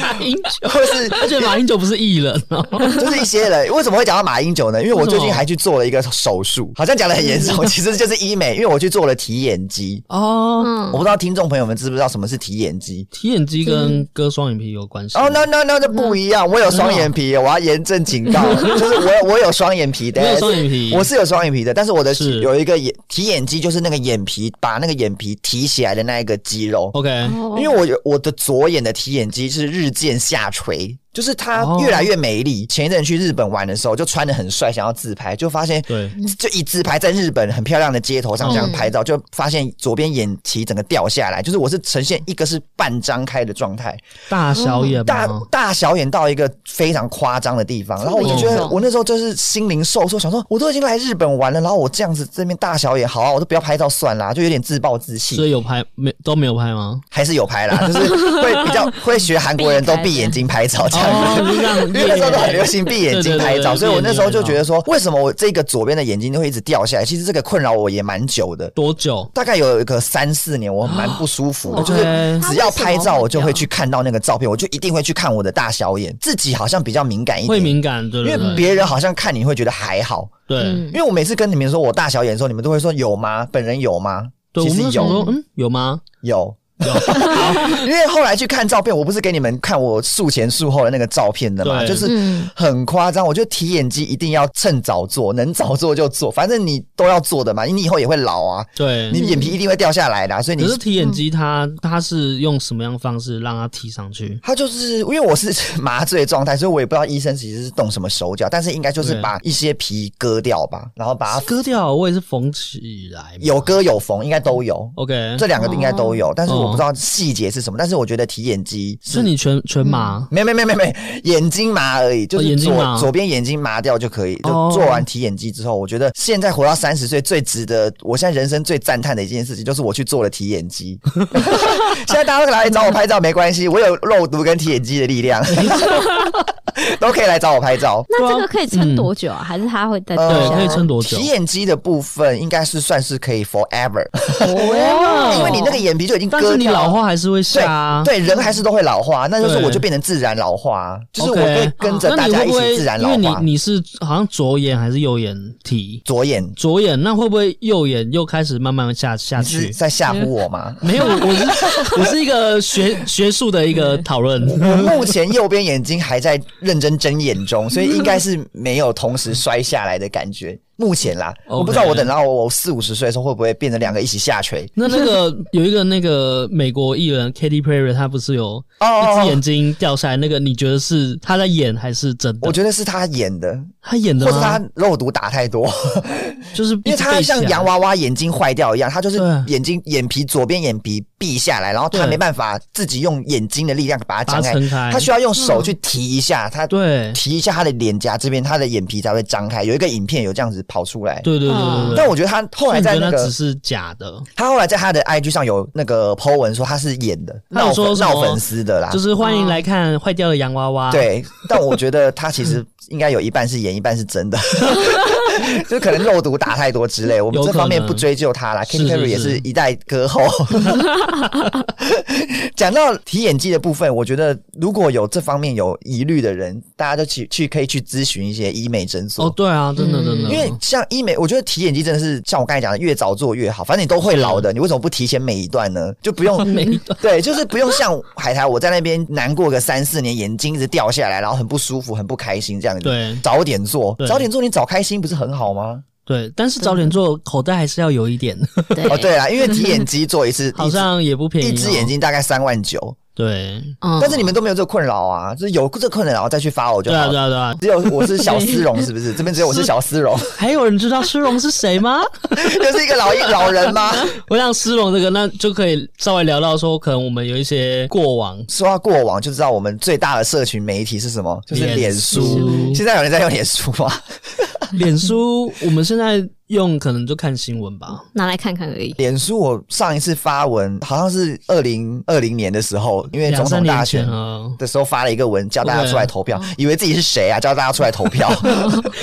Speaker 2: 马英 九，
Speaker 1: 或是
Speaker 2: 而且马英九不是艺人哦，
Speaker 1: 就是一些人。为什么会讲到马英九呢？因为我最近还去做了一个手术，好像讲的很严 重，其实就是医美，因为我去做了提眼肌。
Speaker 2: 哦，
Speaker 1: 我
Speaker 3: 嗯，
Speaker 1: 不知道听众朋友们知不知道什么是提眼肌？
Speaker 2: 提眼肌跟割双眼皮有关系
Speaker 1: 哦、那那那这不一
Speaker 2: 嗯
Speaker 1: 样，我有双眼皮，我要严正警告，就是我我有双眼皮的，
Speaker 2: 你有双眼皮
Speaker 1: 我是有双眼皮的，但是我的
Speaker 2: 是
Speaker 1: 有一个眼提眼肌，就是那个眼皮把那个眼皮提起来的那一个肌肉。
Speaker 2: OK，
Speaker 3: 哦
Speaker 1: 因为我有我的左眼的提眼肌是日渐下垂，就是它
Speaker 2: 哦
Speaker 1: 越来越美丽。前一阵去日本玩的时候，就穿的很帅，想要自拍，就发现
Speaker 2: 对，
Speaker 1: 就一自拍在日本很漂亮的街头上这样拍
Speaker 3: 嗯
Speaker 1: 照，就发现左边眼皮整个掉下来，就是我是呈现一个是半张开的状态，
Speaker 3: 嗯
Speaker 2: 大小眼
Speaker 1: 大
Speaker 2: 嘛，
Speaker 1: 大小眼到一个非常夸张的地方，然后我就觉
Speaker 3: 这么严
Speaker 1: 得
Speaker 3: 重
Speaker 1: 我那时候就是心灵受挫，想说我都已经来日本玩了，然后我这样子这边大小眼，好啊，我都不要拍照算啦，就有点自暴自
Speaker 2: 所
Speaker 1: 弃。
Speaker 2: 以有拍没都没有拍吗？
Speaker 1: 还是有拍啦，就是 会比较会学韩国人都闭眼睛拍照这样
Speaker 2: 哦，
Speaker 1: 子。
Speaker 2: 就这样，
Speaker 1: 因为那时候都很
Speaker 2: 哦
Speaker 1: 流行闭眼睛拍照，
Speaker 2: 对对对对
Speaker 1: 所以我那时候就觉得说，为什么我这个左边的眼睛就会一直掉下来？其实这个困扰我也蛮久的，
Speaker 2: 多久？
Speaker 1: 大概有一个三四年，我蛮不舒服的，
Speaker 2: OK
Speaker 1: 就是只要拍照，我就会
Speaker 3: 哦它为什么会
Speaker 1: 去看到那个照片，我就一定会去看我的大小眼，自己好像比较敏感一
Speaker 2: 嗯会
Speaker 1: 点。
Speaker 2: 敏感，对
Speaker 1: 因
Speaker 2: 对
Speaker 1: 为
Speaker 2: 对，
Speaker 1: 别人好像看你会觉得还好，
Speaker 2: 对
Speaker 3: 嗯
Speaker 1: 因为我每次跟你们说我大小眼的时候，你们都会说有吗？本人有吗？
Speaker 2: 对，
Speaker 1: 其
Speaker 2: 我
Speaker 1: 实
Speaker 2: 们想
Speaker 1: 有
Speaker 2: 说，嗯，有吗？
Speaker 1: 有， 因为后来去看照片，我不是给你们看我术前术后的那个照片的嘛，
Speaker 2: 对
Speaker 1: 就是
Speaker 3: 嗯
Speaker 1: 很夸张。我觉得提眼肌一定要趁早做，能早做就做，反正你都要做的嘛，你以后也会老啊，
Speaker 2: 对，
Speaker 1: 你眼皮一定会掉下来的啊、所以你
Speaker 2: 嗯
Speaker 1: 嗯
Speaker 2: 可是提眼肌它它是用什么样的方式让它提上去？
Speaker 1: 他就是因为我是麻醉状态，所以我也不知道医生其实是动什么手脚，但是应该就是
Speaker 2: 对
Speaker 1: 把一些皮割掉吧，然后把它
Speaker 2: 割掉，我也是缝起来嘛。
Speaker 1: 啊有割有缝，应该都有。
Speaker 2: OK，
Speaker 1: 这两个应该都有，但是我
Speaker 2: 哦
Speaker 1: 不知道细节是什么。但是我觉得提眼肌
Speaker 2: 是你全全麻，
Speaker 1: 没没没没没眼睛麻而已，就
Speaker 2: 哦
Speaker 1: 是
Speaker 2: 眼睛
Speaker 1: 左、
Speaker 2: 麻
Speaker 1: 左边眼睛麻掉就可以。就
Speaker 2: 哦
Speaker 1: 做完提眼肌之后，我觉得现在活到三十岁最值得，我现在人生最赞叹的一件事情就是我去做了提眼 肌。现在大家都来找我拍照没关系，我有肉毒跟提眼肌的力 量，都可以来找我拍照。呃
Speaker 3: 那这个可以撑多久啊？
Speaker 2: 嗯
Speaker 3: 还是它会再掉
Speaker 2: 对，
Speaker 3: 下
Speaker 2: 可
Speaker 3: 来
Speaker 2: 以撑多久
Speaker 1: 提？眼肌的部分应该是算是可以 forever，、
Speaker 2: 哦
Speaker 1: 因为你那个眼皮就已经
Speaker 2: 但
Speaker 1: 割
Speaker 2: 是你
Speaker 1: 掉
Speaker 2: 老
Speaker 1: 了。
Speaker 2: 化还是会下啊。
Speaker 1: 对，人还是都会老化，那就是
Speaker 2: 对
Speaker 1: 我就变成自然老化，啊就是我
Speaker 2: OK 哦
Speaker 1: 会跟着
Speaker 2: 那
Speaker 1: 大
Speaker 2: 你
Speaker 1: 家
Speaker 2: 会
Speaker 1: 一
Speaker 2: 不会
Speaker 1: 起自然老
Speaker 2: 因为
Speaker 1: 化。
Speaker 2: 你你是好像左眼还是右眼提？
Speaker 1: 左眼，
Speaker 2: 左眼，那会不会右眼又开始慢慢下下
Speaker 1: 你是
Speaker 2: 去？
Speaker 1: 在吓唬我吗？
Speaker 2: 没有，我我是我是一个学学术的一个 讨论。
Speaker 1: 我目前右边眼睛还在认真睁眼中，所以应该是没有同时摔下来的感觉。目前啦，
Speaker 2: OK
Speaker 1: 我不知道我等到我四五十岁的时候会不会变成两个一起下垂。
Speaker 2: 那那个有一个那个美国艺人 Katy Perry，她不是有
Speaker 1: 哦
Speaker 2: 一只
Speaker 1: 哦，哦
Speaker 2: 眼睛掉下来，那个你觉得是她在演还是真的
Speaker 1: 我？觉得是他演的，
Speaker 2: 她演的
Speaker 1: 或是
Speaker 2: 吗
Speaker 1: 他？肉毒打太多，
Speaker 2: 就是
Speaker 1: 因为他像洋
Speaker 2: 娃，
Speaker 1: 娃娃眼睛坏掉一样，他就是
Speaker 2: 对
Speaker 1: 眼睛眼皮左边眼皮闭下来，然后他
Speaker 2: 对
Speaker 1: 没办法自己用眼睛的力量把它
Speaker 2: 把
Speaker 1: 张
Speaker 2: 它
Speaker 1: 开，
Speaker 2: 撑开，
Speaker 1: 欸他需要用手去提一下，他
Speaker 2: 对
Speaker 1: 提一下他的脸颊这边，他的眼皮才会张开。有一个影片有这样子跑出来，
Speaker 2: 对对对
Speaker 3: 嗯
Speaker 2: 对对。
Speaker 1: 但我觉得他后来
Speaker 2: 所以
Speaker 1: 在
Speaker 2: 你觉
Speaker 1: 那
Speaker 2: 得
Speaker 1: 个
Speaker 2: 只是假的，
Speaker 1: 他后来在他的 IG 上有那个 po 文说他是演的，
Speaker 2: 他有
Speaker 1: 闹粉
Speaker 2: 说什么
Speaker 1: 闹粉丝的啦。
Speaker 2: 就是欢迎来看坏啊掉的洋娃娃。，
Speaker 1: 对，但我觉得他其实应该有一半是演，一半是真的。就可能肉毒打太多之类。我们
Speaker 2: 有
Speaker 1: 这
Speaker 2: 可
Speaker 1: 方面
Speaker 2: 能
Speaker 1: 不追究他啦
Speaker 2: 是
Speaker 1: ，Katy
Speaker 2: 是
Speaker 1: Perry 也
Speaker 2: 是
Speaker 1: 是一代歌 后。讲到提演技的部分，我觉得如果有这方面有疑虑的人，大家都去去可以去咨询一些医美诊所。
Speaker 2: 哦，对啊，真的真的，
Speaker 1: 嗯因为像医美，我觉得提眼肌真的是像我刚才讲的，越早做越好。反正你都会老的，你为什么不提前美一段呢？就不用
Speaker 2: 每一 段
Speaker 1: 对，就是不用像海苔我在那边难过个三四年，眼睛一直掉下来，然后很不舒服，很不开心这样子。
Speaker 2: 对
Speaker 1: 早点做，
Speaker 2: 对
Speaker 1: 早点做你早开心不是很好吗？
Speaker 2: 对，但是早点做，口袋还是要有 一点，
Speaker 3: 对
Speaker 1: 哦，，对啦，因为提眼肌做一 次，
Speaker 2: 好像也不便宜、
Speaker 1: 一
Speaker 2: 哦。
Speaker 1: 只眼睛大概三万九，
Speaker 2: 对，
Speaker 3: 嗯
Speaker 1: 但是你们都没有这个困扰啊，就是有这困扰再去发我就
Speaker 2: 对啊，
Speaker 1: 好
Speaker 2: 对
Speaker 1: 了。
Speaker 2: 啊，对啊。
Speaker 1: 只有我是小丝 绒，是不是？这边只有我是小丝绒，
Speaker 2: 还有人知道施荣是谁吗？
Speaker 1: 就是一个老一老人吗？
Speaker 2: 我想施荣这个，那就可以稍微聊到说，可能我们有一些过往。
Speaker 1: 说到过往，就知道我们最大的社群媒体是什么，就是脸书。
Speaker 2: 脸书
Speaker 1: 现在有人在用脸书吗？
Speaker 2: 脸书我们现在用可能就看新 闻吧。
Speaker 3: 拿来看看而已。
Speaker 1: 脸书我上一次发文好像是二零二零年的时候，因为
Speaker 2: 两
Speaker 1: 总
Speaker 2: 三
Speaker 1: 统
Speaker 2: 年
Speaker 1: 大
Speaker 2: 前
Speaker 1: 选。
Speaker 2: 啊，
Speaker 1: 的时候发了一个文，叫大家
Speaker 2: OK
Speaker 1: 出来投票，以为自己是谁啊？叫大家出来投 票，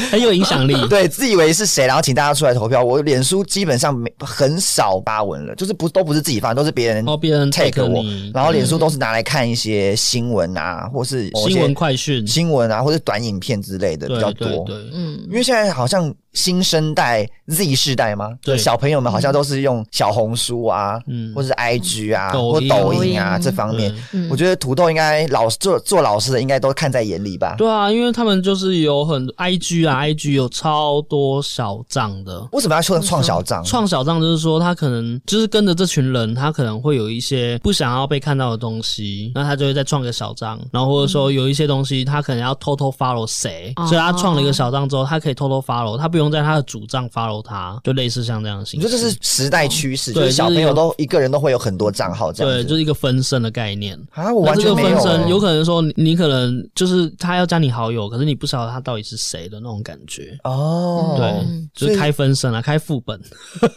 Speaker 2: 很有影 响力。
Speaker 1: 对，自以为是谁，然后请大家出来投票。我脸书基本上没很少发文了，就是不都不是自己发，都是别人
Speaker 2: 然后别人
Speaker 1: 嗯 take 我
Speaker 2: 你，
Speaker 1: 然后脸书都是拿来看一些新闻啊，或是某些
Speaker 2: 新闻快讯，
Speaker 1: 新闻啊，或者短影片之类的比
Speaker 2: 对
Speaker 1: 较
Speaker 2: 对
Speaker 1: 多。
Speaker 2: 对，
Speaker 3: 嗯，
Speaker 1: 因为现在好像新生代 Z 世代吗？
Speaker 2: 对
Speaker 1: 小朋友们好像都是用小红书啊，
Speaker 2: 嗯
Speaker 1: 或，者是 IG 啊，
Speaker 2: 抖
Speaker 1: 或
Speaker 2: 音
Speaker 1: 抖音啊
Speaker 3: 抖音
Speaker 1: 这方面
Speaker 2: 对。
Speaker 3: 嗯
Speaker 1: 我觉得土豆应该老做做老师的应该都看在眼里吧？
Speaker 2: 对啊，因为他们就是有很 IG 啊，IG 有超多小账的。
Speaker 1: 为什么要创创小账？
Speaker 2: 创小账就是说，他可能就是跟着这群人，他可能会有一些不想要被看到的东西，那他就会再创个小账，然后或者说有一些东西他可能要偷偷 follow 谁，
Speaker 3: 哦
Speaker 2: 所以他创了一个小账之后，他可以偷偷 follow，他不用在他的主账 follow 他，就类似像这样的
Speaker 1: 你
Speaker 2: 形
Speaker 1: 说
Speaker 2: 式。
Speaker 1: 这是时代趋势，就
Speaker 2: 对
Speaker 1: 是小
Speaker 2: 就是
Speaker 1: 朋友
Speaker 2: 有
Speaker 1: 都一个人都会有很多账号这
Speaker 2: 对，
Speaker 1: 样
Speaker 2: 就
Speaker 1: 子
Speaker 2: 是一个分身的概念。
Speaker 1: 啊？我
Speaker 2: 那
Speaker 1: 完
Speaker 2: 这
Speaker 1: 全
Speaker 2: 个
Speaker 1: 没有
Speaker 2: 分身有
Speaker 1: 欸。
Speaker 2: 可能说你，你可能就是他要加你好友，可是你不晓得他到底是谁的那种感觉。
Speaker 1: 哦，
Speaker 2: 对，就是开分身啊，开副本，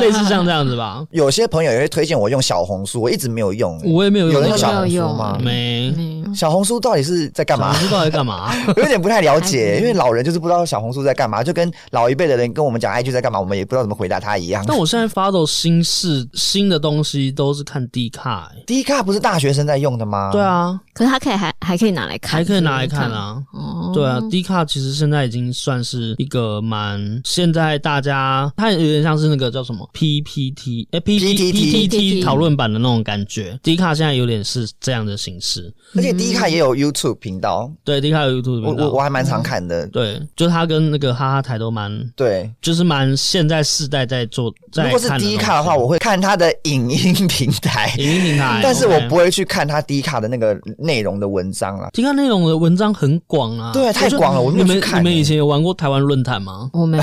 Speaker 2: 类似像这样子吧。
Speaker 1: 有些朋友也会推荐我用小红书，我一直没有用欸。
Speaker 2: 我也没有
Speaker 1: 有人
Speaker 2: 那
Speaker 1: 用
Speaker 2: 个
Speaker 1: 小红
Speaker 3: 没有
Speaker 1: 书
Speaker 3: 用
Speaker 1: 吗？
Speaker 2: 没
Speaker 3: 嗯
Speaker 1: 小红书到底是在干
Speaker 2: 小
Speaker 1: 嘛
Speaker 2: 红？书到底干 嘛？
Speaker 1: 我有点不太了解，
Speaker 3: 还
Speaker 1: 因为老人就是不知道小红书在干嘛，就跟老一辈的人跟我们讲 IG 在干嘛，我们也不知道怎么回答他一样。
Speaker 2: 但我现在 follow 新事新的东西都是看 D 卡、欸，
Speaker 1: D 卡不是大学生在用的吗？
Speaker 2: 对，啊，
Speaker 3: 可是它可以还还可以拿来看，
Speaker 2: 还可以拿来看啊。
Speaker 3: 哦，
Speaker 2: 对啊，D 卡其实现在已经算是一个蛮现在大家它有点像是那个叫什么 PPT 哎 P P T T
Speaker 3: PTT
Speaker 2: 讨论版的那种感觉，D 卡现在有点是这样的形式。
Speaker 1: 而且 D 卡也有 YouTube 频道，
Speaker 2: 对，D 卡有 YouTube
Speaker 1: 我
Speaker 2: 嗯频道嗯
Speaker 1: 我我还蛮常看的。
Speaker 2: 对，就它跟那个哈哈台都蛮。
Speaker 1: 对，
Speaker 2: 就是蛮现在世代在做，
Speaker 1: 如
Speaker 2: 在
Speaker 1: 果是
Speaker 2: 看
Speaker 1: D
Speaker 2: 东
Speaker 1: 卡的话，
Speaker 2: 西
Speaker 1: 我会看他的影音平台，
Speaker 2: 影音平台，
Speaker 1: 但是
Speaker 2: OK
Speaker 1: 我不会去看他 D 卡的那个内容的文章啊 啦。
Speaker 2: 迪卡内容的文章很广啊，
Speaker 1: 对太
Speaker 2: 我觉得
Speaker 1: 广了我没
Speaker 2: 你
Speaker 1: 有
Speaker 2: 们
Speaker 1: 去看
Speaker 2: 你们
Speaker 1: 欸
Speaker 2: 以前有玩过台湾论坛吗？
Speaker 3: 我没有，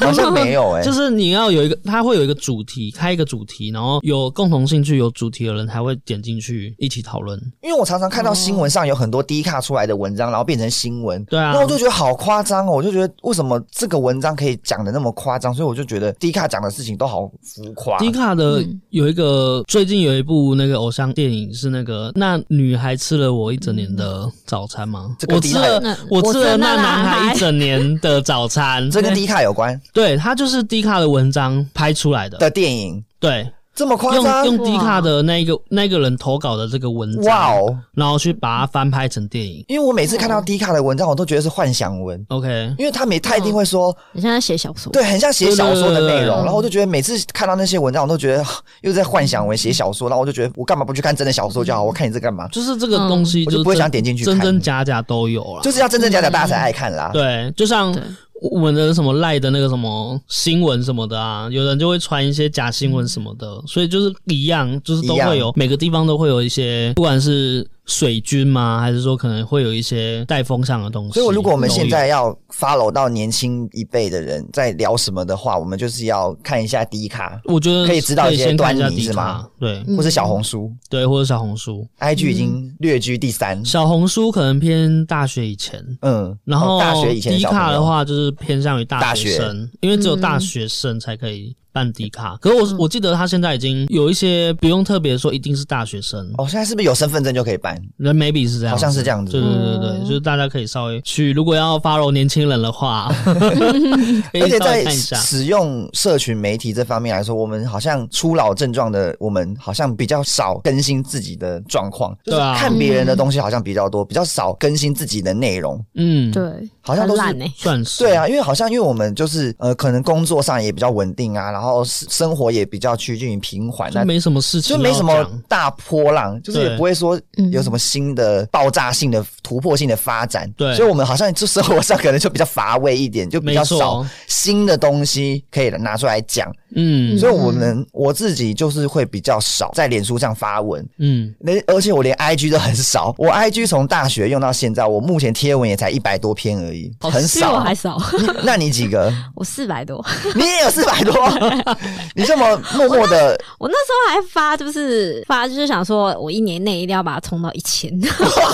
Speaker 1: 好像没有哎、
Speaker 2: 就是你要有一个，它会有一个主题，开一个主题，然后有共同兴趣、有主题的人才会点进去一起讨论。
Speaker 1: 因为我常常看到新闻上有很多 D 卡出来的文章，然后变成新闻。
Speaker 2: 对啊
Speaker 1: 那我就觉得好夸张哦！我就觉得为什么这个文章可以讲的那么夸张，所以我就觉得 D 卡讲的事情都好浮夸。
Speaker 2: 迪卡的
Speaker 3: 嗯
Speaker 2: 有一个、最近有一部那个偶像电影是那个那女孩吃了我一整年的早餐吗？
Speaker 1: 嗯这个
Speaker 2: 我
Speaker 1: 迪
Speaker 2: 吃
Speaker 1: 卡
Speaker 2: 了
Speaker 3: 那
Speaker 2: 我吃了那男
Speaker 3: 我吃了那男
Speaker 2: 孩
Speaker 3: 孩
Speaker 2: 一整年的早餐，
Speaker 1: 这跟 D 卡有关
Speaker 2: 对，它就是迪卡的文章拍出来的，
Speaker 1: 的电影
Speaker 2: 对，
Speaker 1: 这么夸
Speaker 2: 用
Speaker 1: 张？
Speaker 2: 用迪卡的那一个那个人投稿的这个文章，
Speaker 1: 哇哦！
Speaker 2: 然后去把它翻拍成电影。
Speaker 1: 因为我每次看到 D 卡的文章，我都觉得是幻想文，
Speaker 2: OK，
Speaker 1: 因为他每他一定会说，
Speaker 3: 你现在写小说，
Speaker 1: 对，很像写小说的
Speaker 2: 嗯对对对
Speaker 1: 内
Speaker 2: 对
Speaker 1: 容。
Speaker 2: 对
Speaker 1: 然后我就觉得每次看到那些文章，我都觉得 又在幻想文写小说，然后我就
Speaker 2: 嗯
Speaker 1: 觉得我干嘛不去看真的小说就好？我看你这干嘛？
Speaker 2: 就是这个东西
Speaker 1: 嗯我
Speaker 2: 就是真，
Speaker 1: 就不会想点进去看
Speaker 2: 真真假假都有啦。
Speaker 1: 就是要真真假假，大家才爱看啦。
Speaker 2: 对，就像
Speaker 3: 对
Speaker 1: 嗯
Speaker 2: 我们的什么赖的那个什么新闻什么的啊，有人就会传一些假新闻什么的，所以就是一样，就是
Speaker 1: 嗯
Speaker 2: 都
Speaker 1: 一样
Speaker 2: 会有每个地方都会有一些，不管是水军嘛，还是说可能会有一些带风向的东西。
Speaker 1: 所以，我如果我们
Speaker 2: 都有
Speaker 1: 现在要 follow 到年轻一辈的人在聊什么的话，我们就是要看一下 D 卡
Speaker 2: 我觉得
Speaker 1: 可以知道一些
Speaker 2: 先看一下
Speaker 1: 端倪
Speaker 2: 迪
Speaker 1: 是吗
Speaker 2: 卡？对
Speaker 1: 或是小红书、
Speaker 2: 对，或者小红书，
Speaker 1: IG 已
Speaker 2: 嗯
Speaker 1: 经略居第三。
Speaker 2: 小红书可能偏大学以前，
Speaker 1: 嗯，
Speaker 2: 然后
Speaker 1: 哦大学以前
Speaker 2: 迪
Speaker 1: 小朋
Speaker 2: 卡
Speaker 1: 友
Speaker 2: 的，话就是偏向于大学生，因为只有大学生才可以办迪
Speaker 1: 嗯
Speaker 2: 卡。可是我、我记得他现在已经有一些不用特别说一定是大学生，
Speaker 1: 哦，现在是不是有身份证就可以办？
Speaker 2: 人 maybe 是这样，
Speaker 1: 好像是这样子嗯
Speaker 2: 对对对对，就是大家可以稍微去，如果要 follow 年轻人 的话，可
Speaker 1: 而
Speaker 2: 以
Speaker 1: 且
Speaker 2: 稍微
Speaker 1: 在
Speaker 2: 看一下。
Speaker 1: 使用社群媒体这方面来说，我们好像初老症状的，我们好像比较少更新自己的状况，就
Speaker 2: 对
Speaker 1: 是
Speaker 2: 啊
Speaker 1: 看别人的东西好像比较多，比较少更新自己的内容，
Speaker 2: 嗯，，
Speaker 3: 对，
Speaker 1: 好像都
Speaker 3: 很
Speaker 1: 是
Speaker 3: 懒呢。
Speaker 2: 算是
Speaker 1: 对。啊，因为好像因为我们就是呃，可能工作上也比较稳定啊，然后生生活也比较趋近于平缓，啊
Speaker 2: 就
Speaker 1: 那
Speaker 2: 没什么事情
Speaker 1: 就
Speaker 2: 要
Speaker 1: 没
Speaker 2: 讲，
Speaker 1: 什么大波浪，就是也
Speaker 2: 对
Speaker 1: 不会说
Speaker 3: 嗯
Speaker 1: 有什么新的爆炸性的、突破性的发展。
Speaker 2: 对
Speaker 1: 所以我们好像就生活上可能就比较乏味一点，就比
Speaker 2: 没
Speaker 1: 较
Speaker 2: 错
Speaker 1: 少新的东西可以拿出来讲。
Speaker 2: 嗯
Speaker 1: 所以我们我自己就是会比较少在脸书上发文。
Speaker 2: 嗯，
Speaker 1: 那而且我连 I G 都很少，我 I G 从大学用到现在，我目前贴文也才一百多篇而已，
Speaker 2: 好
Speaker 1: 很
Speaker 3: 比我
Speaker 1: 少
Speaker 3: 还。少，
Speaker 1: 那你几个？
Speaker 3: 我四百多。
Speaker 1: 你也有四百多， 你这么默默的，
Speaker 3: 我那时候还发，就是发，就是想说我一年内一定要把它冲到一千。 然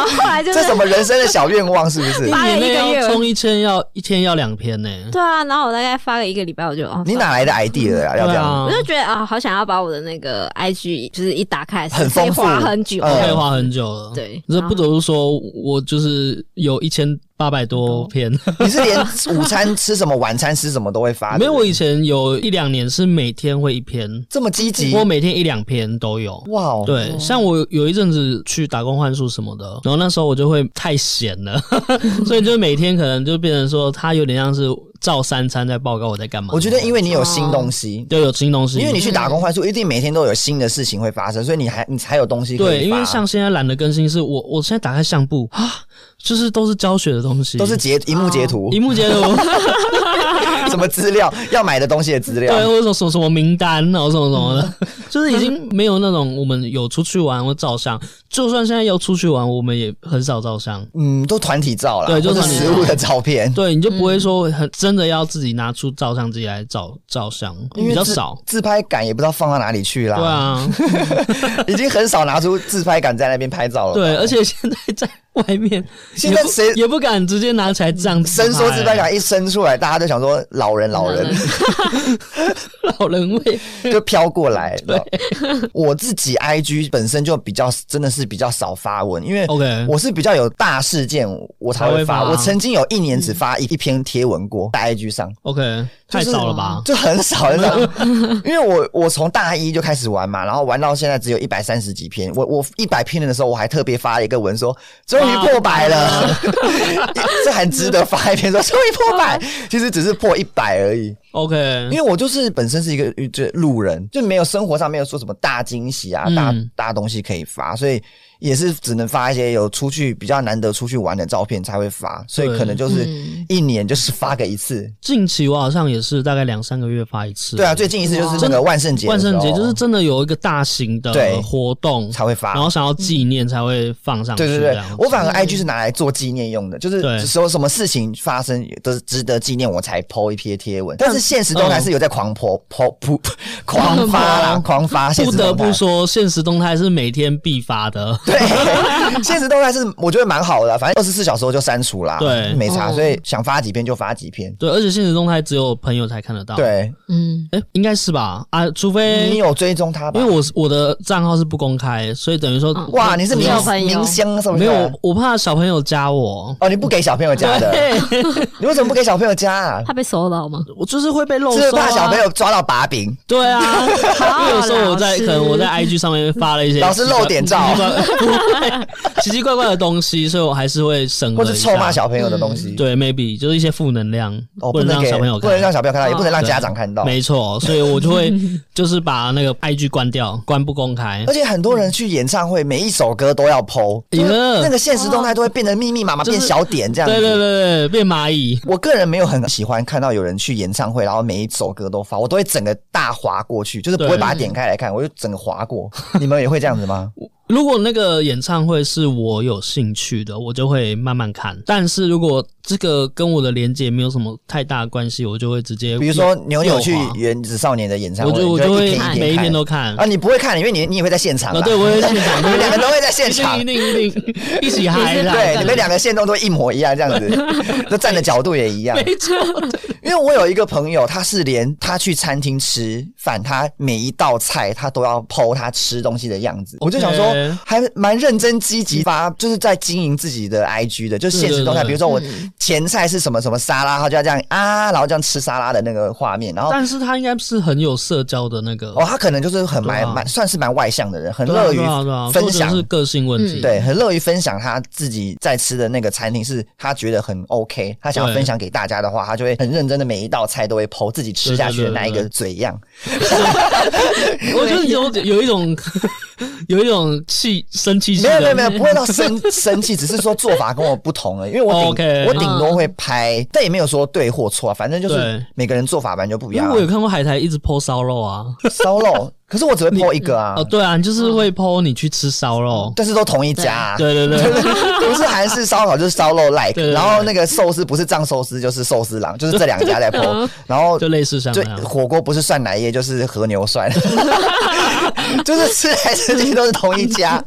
Speaker 3: 后后来就是
Speaker 1: 这什么人生的小愿望是不是
Speaker 3: 发？了
Speaker 2: 一
Speaker 3: 一个
Speaker 2: 年内
Speaker 3: 月
Speaker 2: 要冲一千要一天要两篇呢。
Speaker 3: 对啊，然后我大概发了一个礼拜，我就哦，
Speaker 1: 你
Speaker 3: 算
Speaker 1: 哪来 嗯的 idea 呀、要这
Speaker 2: 对
Speaker 1: 样，
Speaker 2: 啊
Speaker 3: 我，就觉得啊，好想要把我的那个 IG 就是一打开
Speaker 1: 很
Speaker 3: 可以
Speaker 1: 丰富
Speaker 3: 花很久，
Speaker 1: 嗯
Speaker 2: 废话很久了。
Speaker 3: 对
Speaker 2: 这不得不说，我就是有一千八百多篇。
Speaker 1: 你是连午 餐吃什么、晚餐吃什么都会发的？
Speaker 2: 没有，我以前有一两年是每天会一篇，
Speaker 1: 这么积极
Speaker 2: 我，每天一两篇都有。
Speaker 1: 哇哦！
Speaker 2: 对，像我有一阵子去打工换宿什么的，然后那时候我就会太闲了， 所以就每天可能就变成说，他有点像是照三餐在报告我在干嘛。
Speaker 1: 我觉得因为你有新东西。
Speaker 2: 就有新东西，
Speaker 1: 因为你去打工换宿，一定每天都有新的事情会发生，所以你还你才有东西可以
Speaker 2: 对，因为
Speaker 1: 发
Speaker 2: 像现在懒得更新，是我我现在打开相簿啊，就是都是啊教学的东西，
Speaker 1: 都是截荧幕截图，
Speaker 2: 荧幕截图，
Speaker 1: 什么资料要买的东西的资
Speaker 2: 对，
Speaker 1: 料，
Speaker 2: 或者说什么什么名单，然后什么什么的，
Speaker 1: 嗯
Speaker 2: 就是已经没有那种我们有出去玩或照相，就算现在要出去玩，我们也很少照相。
Speaker 1: 嗯，都团体照啦，
Speaker 2: 对就
Speaker 1: 或者
Speaker 2: 团体
Speaker 1: 食
Speaker 2: 照
Speaker 1: 物的照片，
Speaker 2: 对，你就
Speaker 1: 嗯
Speaker 2: 不会说很真的要自己拿出照相机来照照相，
Speaker 1: 因为
Speaker 2: 比较
Speaker 1: 自
Speaker 2: 少。
Speaker 1: 自拍感也不知道放到哪里去啦，
Speaker 2: 对啊，
Speaker 1: 已经很少拿出自拍杆在那边拍照了。
Speaker 2: 对，而且现在在外面，
Speaker 1: 现在
Speaker 2: 也不
Speaker 1: 谁
Speaker 2: 也不敢直接拿起来这样子
Speaker 1: 伸缩自拍
Speaker 2: 拍
Speaker 1: 杆一伸出来，大家都想说老人老人
Speaker 2: 老人味。
Speaker 1: 就飘过来。了。我自己 IG 本身就比较真的是比较少发文，因为
Speaker 2: OK
Speaker 1: 我是比较有大事件我才会
Speaker 2: 才
Speaker 1: 发。
Speaker 2: 会发
Speaker 1: 我曾经有一年只发一一篇贴文过在 IG 上。
Speaker 2: OK，太
Speaker 1: 就是啊
Speaker 2: 少了吧？
Speaker 1: 就很少很少， 因为我我从大一就开始玩嘛，然后玩到现在只有一百三十几篇。我我一百篇的时候，我还特别发了一个文说，终于破百了， 这很值得发一篇说终于破百，其实只是破一百而已。
Speaker 2: OK，
Speaker 1: 因为我就是本身是一个就路人，就没有生活上没有说什么大惊喜啊、
Speaker 2: 嗯
Speaker 1: 大大东西可以发，所以也是只能发一些有出去比较难得出去玩的照片才会发，所以
Speaker 2: 对
Speaker 1: 可能就是
Speaker 3: 嗯
Speaker 1: 一年就是发个一次。
Speaker 2: 近期我好像也是大概两三个月发一次。
Speaker 1: 对啊，最近一次就是那
Speaker 2: 真的
Speaker 1: 个万圣节的
Speaker 2: 万
Speaker 1: 时候，
Speaker 2: 圣节就是真的有一个大型
Speaker 1: 对
Speaker 2: 的活动
Speaker 1: 才会发。
Speaker 2: 然后想要纪念才会放上去
Speaker 1: 对对
Speaker 2: 这
Speaker 1: 对
Speaker 2: 样子。，
Speaker 1: 我反而 IG 是拿来做纪念用的，就是
Speaker 2: 对
Speaker 1: 说什么事情发生都是值得纪念，我才 PO 一篇贴文。但是现实中还
Speaker 2: 嗯
Speaker 1: 是有在狂 PO、PO、PO、狂发 啦、狂发。现
Speaker 2: 不
Speaker 1: 实
Speaker 2: 得
Speaker 1: 动态
Speaker 2: 不说，现实动态是每天必发的。
Speaker 1: 对， 现实动态是我觉得蛮好的啊，反正二十四小时后就删除啦，
Speaker 2: 对
Speaker 1: 没差，
Speaker 3: 哦
Speaker 1: 所以想发几篇就发几篇。
Speaker 2: 对，而且现实动态只有朋友才看得到。，
Speaker 1: 对，嗯
Speaker 3: 嗯，
Speaker 2: 哎，应该是吧？啊，除
Speaker 1: 你
Speaker 2: 非
Speaker 1: 有追踪他吧？
Speaker 2: 因为我是我的账号是不公开，所以等于说
Speaker 3: 嗯
Speaker 1: 哇，你是
Speaker 3: 没
Speaker 1: 明
Speaker 3: 有朋友
Speaker 1: 明星什么
Speaker 2: 没有，我怕小朋友加我，
Speaker 1: 哦，你不给小朋友加的，你为什么不给小朋友加 啊？
Speaker 3: 他被收到吗？
Speaker 2: 我就是 会被漏
Speaker 1: 是
Speaker 2: 收、啊。
Speaker 1: 怕小朋友抓到把柄，
Speaker 2: 对啊，因为有时候我在
Speaker 3: 老师
Speaker 2: 可能 我在 IG 上面发了一些
Speaker 1: 老师露点照
Speaker 2: 奇怪不会奇奇怪 怪的东西，所以我还是会审核
Speaker 1: 或
Speaker 2: 一下
Speaker 1: 是臭骂小朋
Speaker 3: 嗯
Speaker 1: 友的东西。
Speaker 2: 嗯对，maybe 就是一些负能量，
Speaker 1: 哦，
Speaker 2: 不
Speaker 1: 不
Speaker 2: 能
Speaker 1: 能
Speaker 2: 让
Speaker 1: 给，
Speaker 2: 小朋友
Speaker 1: 不
Speaker 2: 看，
Speaker 1: 能让小朋友看到，也不能让
Speaker 2: 对
Speaker 1: 家长看到。
Speaker 2: 没错，所以我就 会就是把那个 IG 关掉，关不公开
Speaker 1: 而。且很多人去演唱会，每一首歌都要剖，
Speaker 2: 哎呀
Speaker 1: 那个现实动态都会变得密密麻麻，
Speaker 2: 就是
Speaker 1: 变小点这样子。
Speaker 2: 对对对对，变蚂蚁。
Speaker 1: 我个人没有很喜欢看到有人去演唱会，然后每一首歌都发，我都会整个大划过去，就是不会
Speaker 2: 对
Speaker 1: 把它点开来看，我就整个划过。 你们也会这样子 吗？
Speaker 2: 如果那个演唱会是我有兴趣的，我就会慢慢看。但是如果这个跟我的连接没有什么太大的关系，我就会直接
Speaker 1: 比如说牛牛去
Speaker 2: 右滑
Speaker 1: 原子少年的演唱
Speaker 2: 我
Speaker 1: 会，
Speaker 2: 就我
Speaker 1: 你就
Speaker 2: 就
Speaker 1: 一
Speaker 2: 会
Speaker 1: 篇一
Speaker 2: 每一
Speaker 1: 篇
Speaker 2: 篇
Speaker 1: 看
Speaker 2: 都看
Speaker 1: 啊，。你不会看，因为你你也会在现场
Speaker 2: 啊，
Speaker 1: 啦。
Speaker 2: 对，我会现场，
Speaker 1: 你们两个都会 在现场
Speaker 2: 一定一定一定 一起嗨啦！
Speaker 1: 对，你们两个线动都一模一样，这样 子，那站的角度也一样。
Speaker 2: 没错，
Speaker 1: 因为我有一个朋友，他是连他去餐厅吃饭，他每一道菜他都要剖他吃东西的样子。我就想说
Speaker 2: OK，
Speaker 1: 还蛮认真积极发，就是在经营自己的 IG 的，就是现实动态。
Speaker 2: 对对对
Speaker 1: 比如说我
Speaker 2: 嗯
Speaker 1: 前菜是什么什么沙拉，他就要这样啊，然后这样吃沙拉的那个画面，然后。
Speaker 2: 但是他应该是很有社交的那个
Speaker 1: 哦，，他可能就是很蛮
Speaker 2: 对啊
Speaker 1: 蛮、算是蛮外向的人，很
Speaker 2: 对啊
Speaker 1: 乐于
Speaker 2: 对啊对啊
Speaker 1: 分
Speaker 2: 或者
Speaker 1: 享
Speaker 2: 是个性问题，
Speaker 3: 嗯
Speaker 1: 对，很乐于分享他自己在吃的那个餐厅是他觉得很 OK，他想要
Speaker 2: 对
Speaker 1: 分享给大家的话，他就会很认真的每一道菜都会剖自己吃下去的那一个嘴样。
Speaker 2: 我觉得有有一种 有一种气生气气
Speaker 1: 没有没有
Speaker 2: 的，
Speaker 1: 没有，不会到生 生气，只是说做法跟我不同了，因为我顶
Speaker 2: 哦 OK 嗯
Speaker 1: 我顶多会拍，但也没有说对或错，啊反正就是
Speaker 2: 对
Speaker 1: 每个人做法本来就不一
Speaker 2: 因
Speaker 1: 样
Speaker 2: 为
Speaker 1: 啊
Speaker 2: 我。有看过海苔一直剖烧肉啊，
Speaker 1: 烧肉，可是我只会剖一个啊
Speaker 2: 哦，对啊，你就是会剖你去吃烧肉，
Speaker 1: 但是都同一家啊。
Speaker 2: 哦 对对对，
Speaker 1: 不是韩式烧烤就是烧肉 like，
Speaker 2: 对对对
Speaker 1: 然后那个寿司不是藏寿司就是寿司郎，就是这两家 在
Speaker 2: 嗯
Speaker 1: 剖，然后
Speaker 2: 就类似像
Speaker 1: 就
Speaker 2: 那样。
Speaker 1: 火锅不是涮奶液就是和牛 涮， 就是吃来吃去都是同一家。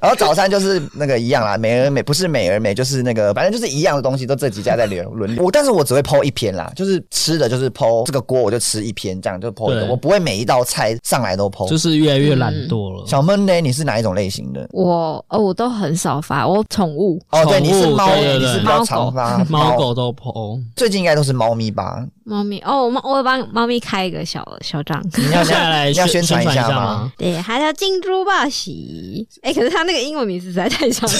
Speaker 1: 然后早餐就是那个一样啦，美而美不是美而美，就是那个反正就是一样的东西，都这几家在轮轮流。我但是我只会剖一篇啦，就是吃的就是剖这个锅我就吃一篇，这样就剖一个，
Speaker 2: 对
Speaker 1: 我不会每一道菜上来都剖。
Speaker 2: 就是越来越懒惰了。
Speaker 1: 小闷呢？你是哪一种类型的？
Speaker 3: 我哦，我都很少发，我宠物
Speaker 1: 哦，对，
Speaker 2: 宠
Speaker 1: 你是
Speaker 2: 物
Speaker 1: 猫，
Speaker 2: 对对
Speaker 1: 你是
Speaker 2: 对
Speaker 1: 比较常发
Speaker 2: 猫，狗都剖，
Speaker 1: 最近应该都是猫咪吧？
Speaker 3: 猫咪哦，我猫我有帮猫咪开一个小小账，
Speaker 1: 你要
Speaker 2: 接 下来
Speaker 1: 你要宣
Speaker 2: 宣
Speaker 1: 传
Speaker 2: 传
Speaker 1: 一
Speaker 2: 一
Speaker 1: 下吗
Speaker 2: 吗？？
Speaker 3: 对，它叫金珠报喜。 哎、可是它那个英文名字实在太长了，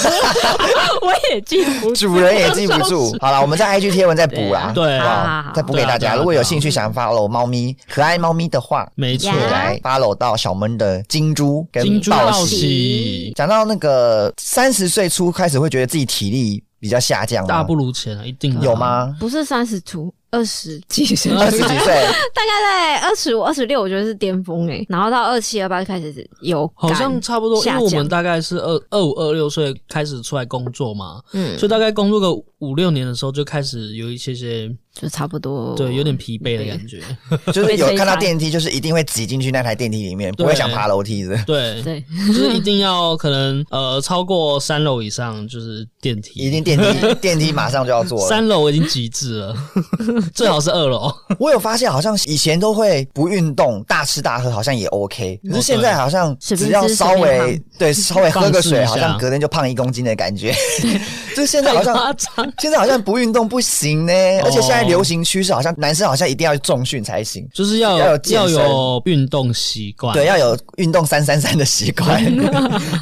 Speaker 3: 我也记不住。
Speaker 1: 主人也记不 住。好了，我们在 IG 贴文再补啦，
Speaker 2: 对啊
Speaker 1: 好不
Speaker 3: 好好好
Speaker 1: 好？再补给大
Speaker 2: 对啊对
Speaker 1: 家。
Speaker 2: 啊
Speaker 1: 如果有兴趣想 follow 猫咪可爱猫咪的话，
Speaker 2: 没错，
Speaker 3: 呀
Speaker 1: 来 follow 到小闷的金珠跟
Speaker 2: 金珠
Speaker 1: 报
Speaker 2: 报
Speaker 1: 喜。
Speaker 2: 喜，
Speaker 1: 讲到那个三十岁初开始会觉得自己体力比较下降吗，
Speaker 2: 大不如前啊，一定的
Speaker 1: 哦有？ 吗？
Speaker 3: 不是三十出，二十几岁，
Speaker 1: 二十几岁，
Speaker 3: 大概在二十五、二十六，我觉得是巅峰哎、然后到二七、二八就开始有感，
Speaker 2: 好像差不多，因
Speaker 3: 下
Speaker 2: 为我
Speaker 3: 降
Speaker 2: 们大概是二二五二六岁开始出来工作嘛，
Speaker 3: 嗯，
Speaker 2: 所以大概工作个五六年的时候，就开始有一些些
Speaker 3: 就差不
Speaker 1: 哦
Speaker 3: 多，
Speaker 2: 对有点疲惫的感觉。
Speaker 1: 就是
Speaker 3: 被
Speaker 1: 有
Speaker 3: 摧
Speaker 1: 看到
Speaker 3: 残
Speaker 1: 电梯，就是一定会挤进去那台电梯里面，不会
Speaker 2: 对
Speaker 1: 想爬楼梯的。
Speaker 2: 对，
Speaker 3: 对，
Speaker 2: 就是一定要可能呃超过三楼以上就是电梯，
Speaker 1: 一定电 梯，电梯马上就要坐了。
Speaker 2: 三楼已经极致了， 最好是二楼。
Speaker 1: 我有发现，好像以前都会不运动、大吃大喝，好像也 OK。可是
Speaker 2: 嗯
Speaker 1: 现在好像
Speaker 3: 随便
Speaker 1: 只要
Speaker 3: 吃
Speaker 1: 稍
Speaker 3: 随便
Speaker 1: 微对稍微喝个
Speaker 2: 放肆一
Speaker 1: 水，
Speaker 2: 下
Speaker 1: 好像隔天就胖一公斤的感觉。 就现在 好像
Speaker 2: 太夸张，
Speaker 1: 现在好像不运动不行呢，
Speaker 2: 哦
Speaker 1: 而且现在流行趋势好像男生好像一定要重训才行。
Speaker 2: 就是要
Speaker 1: 要有
Speaker 2: 有
Speaker 1: 健
Speaker 2: 要
Speaker 1: 身
Speaker 2: 有运动习惯，
Speaker 1: 对，，要有运动三三三的习惯。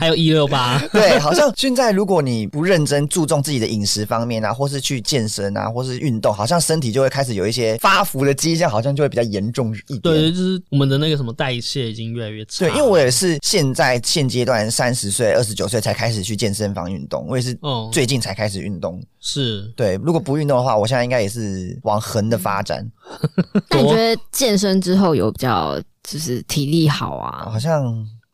Speaker 2: 还有一六八，
Speaker 1: 对，好像现在如果你不认真注重自己的饮食方面啊，或是去健身啊，或是运动，好像身体就会开始有一些发福的迹象，好像就会比较严重一点。
Speaker 2: 对，就是我们的那个什么代谢已经越来越差。
Speaker 1: 对，因为我也是现在现阶段三十岁、二十九岁才开始去健身房运动，我也是
Speaker 2: 哦
Speaker 1: 最近才开始运动。
Speaker 2: 是
Speaker 1: 对，如果不运动的话，我现在应该也是往横的发展，
Speaker 3: 那你觉得健身之后有比较就是体力好
Speaker 2: 嗯
Speaker 3: 啊？
Speaker 2: 哦
Speaker 1: 好像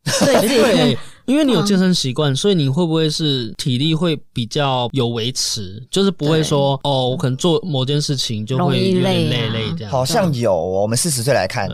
Speaker 3: 对自 己
Speaker 2: 对，因为你有健身习惯，所以你会不会是体力会比较有维持，就是不会说哦，我可能做某件事情就
Speaker 3: 容
Speaker 2: 会
Speaker 3: 易
Speaker 2: 有点
Speaker 3: 累
Speaker 2: 累
Speaker 3: 啊
Speaker 2: 累这样。嗯
Speaker 1: 好像有、哦。我们四十岁来看，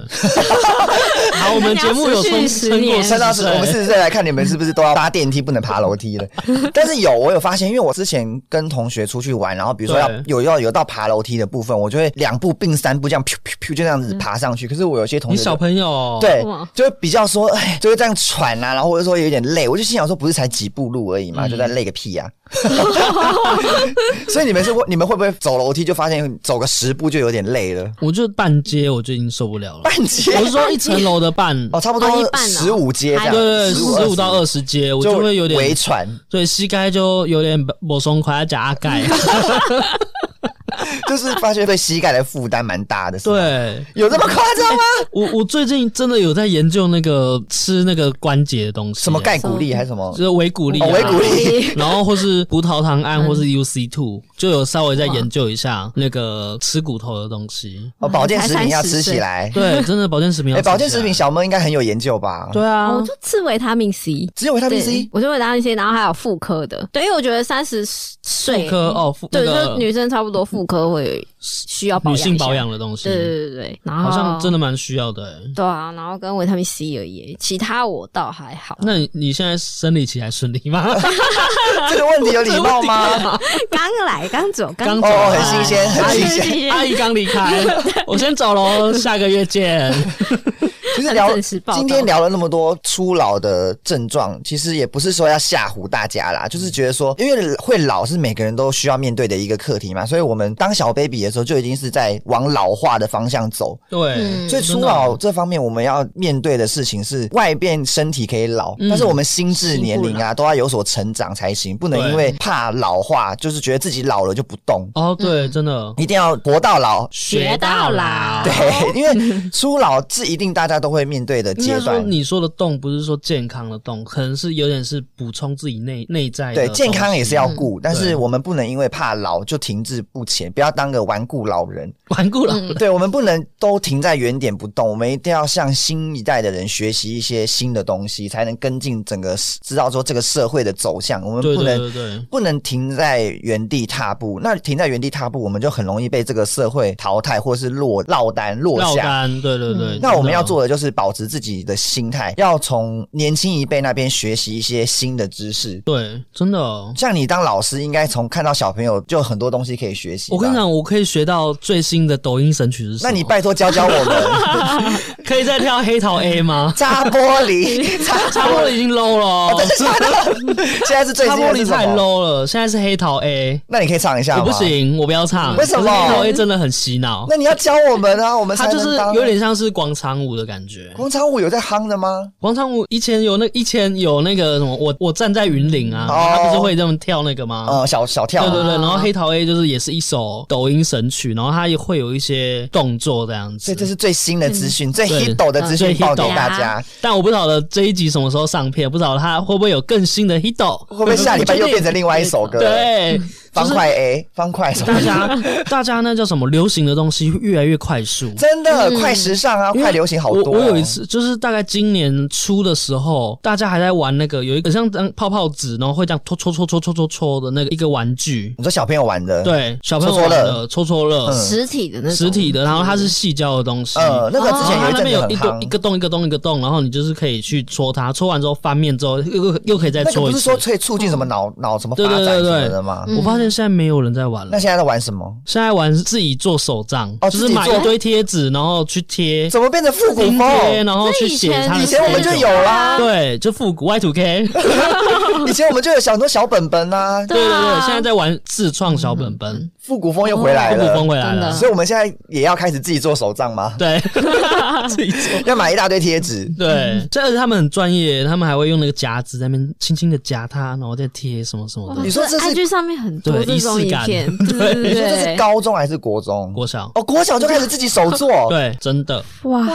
Speaker 2: 好，我们节目有
Speaker 3: 你要
Speaker 2: 冲
Speaker 3: 持
Speaker 2: 撑
Speaker 3: 续10
Speaker 2: 过
Speaker 3: 年
Speaker 1: 三到四，我们四十岁来看，你们是不是都要搭电梯不能爬楼梯了？ 但是有，我有发现，因为我之前跟同学出去玩，然后比如说要
Speaker 2: 对
Speaker 1: 有要有到爬楼梯的部分，我就会两步并三步这样，噗噗噗就这样子爬上去。可是我有些同
Speaker 2: 嗯你
Speaker 1: 学就
Speaker 2: 小朋友哦
Speaker 1: 对
Speaker 3: 哇，
Speaker 1: 就会比较说，哎，就会这样喘啊，然后或者说有点累，我就心想说，不是才几步路而已
Speaker 2: 嗯
Speaker 1: 嘛，就在累个屁呀、 所以你们是会，你们会不会走楼梯就发现走个十步就有点累了？
Speaker 2: 我就半阶我就已经受不了了。
Speaker 1: 半阶
Speaker 2: 我是说一层楼的哎啊半，
Speaker 1: 哦，差不
Speaker 3: 哦一
Speaker 1: 多
Speaker 3: 半哦
Speaker 1: 十五阶这
Speaker 2: 对
Speaker 1: 样，
Speaker 2: 对，十五
Speaker 1: 20
Speaker 2: 到二十阶，我就会有
Speaker 1: 微
Speaker 2: 点，
Speaker 1: 喘，
Speaker 2: 对膝盖就有点不松快，要夹盖。
Speaker 1: 就就是发现对膝盖的负担蛮大的。是吗，
Speaker 2: 对
Speaker 1: 有这么夸 张吗？
Speaker 2: 我，我最近真的有在研究那个吃那个关节的东西，
Speaker 1: 什么钙骨力还是什么
Speaker 2: 就？是维骨力、啊，
Speaker 1: 哦维骨力
Speaker 2: 然后或是葡萄糖
Speaker 3: 嗯
Speaker 2: 胺，或是 UC two，就有稍微再研究一下那个吃骨头的东西。
Speaker 1: 哦，保健食品要吃起来。
Speaker 2: 对，真的保健食 品
Speaker 1: 哎、
Speaker 2: 要吃起来，
Speaker 1: 保健食品小妹应该很有研究吧？
Speaker 2: 对啊，
Speaker 3: 我就吃维他命 C。
Speaker 1: 只有维他命
Speaker 3: 对
Speaker 1: C，
Speaker 3: 我就维他命 C，然后还有妇科的，对，因为我觉得三十岁
Speaker 2: 妇科哦妇
Speaker 3: 对，
Speaker 2: 那个
Speaker 3: 就是女生差不多妇科会需要保
Speaker 2: 女
Speaker 3: 养一下
Speaker 2: 性保，养的东西，
Speaker 3: 对哦对对对，然后
Speaker 2: 好像真的蛮需要的、欸。
Speaker 3: 对啊，然后跟维他命 C 而已，其他我倒还好。
Speaker 2: 那你你现在生理期还顺利吗？
Speaker 1: 这个问题有礼貌吗？
Speaker 3: 刚来，刚走，
Speaker 2: 刚 走
Speaker 1: 哦，很新鲜，很
Speaker 3: 哎
Speaker 1: 新
Speaker 3: 对
Speaker 1: 鲜。
Speaker 3: 对
Speaker 2: 阿姨刚离 开，我先走喽，下个月见。
Speaker 1: 其实聊
Speaker 3: 很准时报道
Speaker 1: 今天聊了那么多初老的症状，其实也不是说要吓唬大家啦，就是觉得说，因为会老是每个人都需要面对的一个课题嘛，所以我们当小 baby 的时候就已经是在往老化的方向走。
Speaker 2: 对，
Speaker 3: 嗯
Speaker 1: 所以初老这方面，我们要面对的事情是，外边身体可以老，
Speaker 2: 嗯
Speaker 1: 但是我们心智年龄啊，都要有所成长才行，不能
Speaker 2: 对
Speaker 1: 因为怕老化，就是觉得自己老了就不动，
Speaker 2: 哦，对，真的
Speaker 1: 一定要活到老。
Speaker 3: 嗯学到啦
Speaker 2: 学到啦
Speaker 1: 对，因为初老是一定大家都会面对的
Speaker 2: 哦应
Speaker 1: 阶
Speaker 2: 该说
Speaker 1: 段。
Speaker 2: 你说的动不是说健康的动，可能是有点是补充自己内内在的
Speaker 1: 对，健康也是要
Speaker 2: 东西
Speaker 1: 顾，但是
Speaker 2: 嗯对
Speaker 1: 我们不能因为怕老就停滞不前，不要当个顽固老人。
Speaker 2: 顽固了。
Speaker 1: 对，我们不能都停在原点不动，我们一定要向新一代的人学习一些新的东西，才能跟进整个，知道说这个社会的走向。我们
Speaker 2: 对
Speaker 1: 不
Speaker 2: 对
Speaker 1: 能
Speaker 2: 对对，
Speaker 1: 不能停在原地踏步，那停在原地踏步，我们就很容易被这个社会淘汰，或是落落单落
Speaker 2: 落
Speaker 1: 下。嗯
Speaker 2: 单，对对对。
Speaker 1: 那我们要
Speaker 2: 真的
Speaker 1: 做的就是保持自己的心态，要从年轻一辈那边学习一些新的知识，
Speaker 2: 对，真的哦。
Speaker 1: 像你当老师，应该从看到小朋友就很多东西可以学习。
Speaker 2: 我跟你，讲，我可以学到最新的抖音神曲是什么？
Speaker 1: 那你拜托教教我们？
Speaker 2: 可以再跳黑桃 A 吗
Speaker 1: 扎玻璃，扎
Speaker 2: 差不多已经 low 了哦，
Speaker 1: 现在是最
Speaker 2: 差
Speaker 1: 新
Speaker 2: 不
Speaker 1: 的
Speaker 2: 多离
Speaker 1: 是什
Speaker 2: 太
Speaker 1: 么？
Speaker 2: low 了，现在是黑桃 A。
Speaker 1: 那你可以唱一下吗？
Speaker 2: 我不。行，我不要
Speaker 3: 嗯
Speaker 2: 唱。
Speaker 1: 为什么
Speaker 2: 可是黑桃 A 真的很洗脑，
Speaker 1: 那你要教我们啊，我们才
Speaker 2: 它就是
Speaker 1: 能当
Speaker 2: 有点像是广场舞的感觉。
Speaker 1: 广场舞有在夯的吗？
Speaker 2: 广场舞以前有那以前有那个什么，我我站在云岭啊，
Speaker 1: 哦
Speaker 2: 他不是会这么跳那个吗？
Speaker 1: 呃，小小跳
Speaker 2: 对
Speaker 1: 舞
Speaker 2: 对对，
Speaker 3: 啊
Speaker 2: 然后黑桃 A 就是也是一首抖音神曲，然后它也会有一些动作这样
Speaker 1: 所
Speaker 2: 子
Speaker 1: 以。这是最新的资讯，最
Speaker 2: 对
Speaker 1: hit 的资
Speaker 2: 最
Speaker 1: 讯
Speaker 2: hit 啊
Speaker 1: 报给
Speaker 2: 的
Speaker 1: 大家。
Speaker 2: 但我不晓得这一集什么时候上片，不晓得它会不会有更新的 hit。哦
Speaker 1: 会不会下礼拜又变成另外一首歌？，
Speaker 2: 对，
Speaker 1: 方块 A，方块什
Speaker 2: 大
Speaker 1: 么？
Speaker 2: 家大家那叫什么？流行的东西越来越快速。
Speaker 1: 真的快时尚啊，快流行好多。
Speaker 2: 嗯我我有一，次就是大概今年初的时候，大家还在玩那个有一个像当泡泡纸，然后会这样搓搓搓搓搓搓搓的那个一个玩具。
Speaker 1: 你说小朋友玩的，，
Speaker 2: 对，小朋友
Speaker 1: 搓搓
Speaker 2: 玩
Speaker 1: 乐
Speaker 2: 的搓搓乐，
Speaker 1: 嗯
Speaker 3: 实体的那种
Speaker 2: 实体的，然后它是细胶的东西。
Speaker 1: 呃，那个之前有一
Speaker 2: 然后它那
Speaker 1: 阵
Speaker 2: 边
Speaker 1: 子
Speaker 2: 有
Speaker 1: 很
Speaker 2: 一
Speaker 1: 夯
Speaker 2: 洞一。个洞一个洞一个洞，然后你就是可以去戳它，戳完之后翻面之后又又又可以再
Speaker 1: 那个
Speaker 2: 戳
Speaker 1: 不
Speaker 2: 一
Speaker 1: 是
Speaker 2: 次嗯
Speaker 1: 说。可以促进什么脑脑什么发
Speaker 2: 对对
Speaker 1: 展什
Speaker 2: 对对
Speaker 1: 么的吗？
Speaker 2: 我发现现在没有人在玩了
Speaker 1: 嗯那，现在在玩什么？
Speaker 2: 现在玩自己做手账，
Speaker 1: 哦
Speaker 2: 就
Speaker 1: 自
Speaker 2: 是
Speaker 1: 己
Speaker 2: 买
Speaker 1: 做
Speaker 2: 一堆贴纸，然后去贴
Speaker 1: 怎么变成复古
Speaker 2: 拼贴，
Speaker 1: 风？哦
Speaker 2: 然后哦去写它的
Speaker 1: 以前我们就
Speaker 2: 贴纸
Speaker 1: 有
Speaker 3: 啊
Speaker 1: 啊啦，
Speaker 2: 对，就复古 Y two K，对
Speaker 1: 以前我们就有很多小本本啊，
Speaker 2: 对
Speaker 3: 对
Speaker 2: 对，
Speaker 3: 啊
Speaker 2: 现在在玩自创小本本，
Speaker 1: 复古风又回嗯来
Speaker 2: 哦复古
Speaker 1: 了
Speaker 2: 风。回来了
Speaker 3: 真，
Speaker 1: 所以我们现在也要开始自己做手账吗？
Speaker 2: 对，自己做。
Speaker 1: 要买一大堆贴纸。
Speaker 2: 对，这而且他们很专业，他们还会用那个夹子在那边轻轻的夹它，然后再贴什么什么
Speaker 3: 哇
Speaker 2: 的。
Speaker 1: 你说这是
Speaker 3: IG 上面很多
Speaker 2: 对
Speaker 3: 这种
Speaker 2: 仪式
Speaker 3: 影
Speaker 2: 感
Speaker 3: 片，对对
Speaker 1: 你说这是
Speaker 3: 对
Speaker 1: 高中还是国中？
Speaker 2: 国小，
Speaker 1: 哦，国小就开始自己手做。
Speaker 2: 对，真的，
Speaker 3: 对，哇，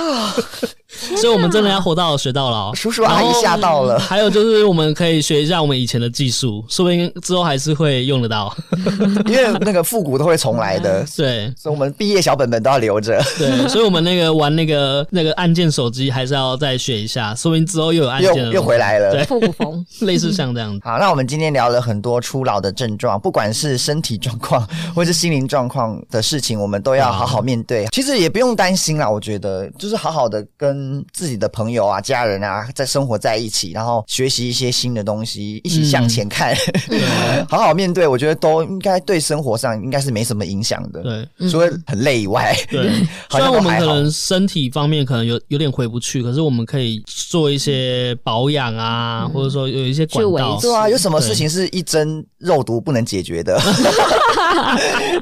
Speaker 2: 所以我们真的要活到老学到老。
Speaker 1: 叔叔阿姨吓到了。
Speaker 2: 还有就是，我们可以学一下我们以前的技术，说不定之后还是会用得到。
Speaker 1: 因为那个复古都会重来
Speaker 2: 嗯
Speaker 1: 的，
Speaker 2: 对
Speaker 1: 所以我们毕业小本本都要留着。
Speaker 2: 对，所以我们那个玩那个那个按键手机，还是要再学一下，说不定之后又有按
Speaker 1: 又
Speaker 2: 键的东西
Speaker 1: 又回来了
Speaker 2: 对，
Speaker 3: 复古风，
Speaker 2: 类似像这样子。
Speaker 1: 好，那我们今天聊了很多初老的症状，不管是身体状况或是心灵状况的事情，我们都要好
Speaker 2: 嗯
Speaker 1: 好面对。其实也不用担心啦，我觉得就是好好的跟自己的朋友啊、家人啊，在生活在一起，然后学习一些新的东西，一起向
Speaker 2: 嗯
Speaker 1: 前看， 好好面对。我觉得都应该对生活上应该是没什么影响的，
Speaker 2: 对
Speaker 1: 除了很累以外，
Speaker 2: 对，
Speaker 1: 好
Speaker 2: 嗯虽然
Speaker 1: 像
Speaker 2: 我
Speaker 1: 都
Speaker 2: 们
Speaker 1: 还
Speaker 2: 可
Speaker 1: 好。
Speaker 2: 能身体方面可能有有点回不去，可是我们可以做一些保养啊，
Speaker 1: 嗯
Speaker 2: 或者说有一些管
Speaker 3: 去维
Speaker 2: 道
Speaker 3: 持。
Speaker 1: 对啊，有什么事情是一针肉毒不能解决的？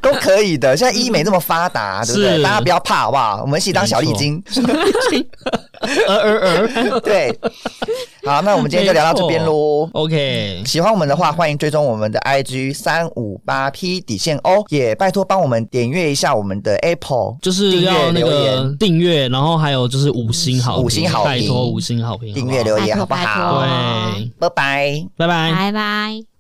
Speaker 1: 都可以的。现在医美这么发达，对不对？
Speaker 2: 是
Speaker 1: 大家不要怕，好不好？我们一起当小丽精。
Speaker 2: 呃呃 呃，
Speaker 1: 对，好，那我们今天就聊到这边喽。
Speaker 2: OK，
Speaker 1: 喜欢我们的话，欢迎追踪我们的 IG 三五八 P 底线 O，也拜托帮我们点阅一下我们的 Apple，
Speaker 2: 就是要那
Speaker 1: 订阅留
Speaker 2: 个
Speaker 1: 言
Speaker 2: 订阅，然后还有就是五星好评，
Speaker 1: 五星好评
Speaker 2: 拜托五星好评，
Speaker 1: 订阅
Speaker 2: 好
Speaker 1: 留言，好
Speaker 3: 拜托
Speaker 1: 不
Speaker 3: 拜托
Speaker 1: 好？
Speaker 2: 不好对，
Speaker 1: 拜拜。
Speaker 2: 拜拜。
Speaker 3: 拜拜。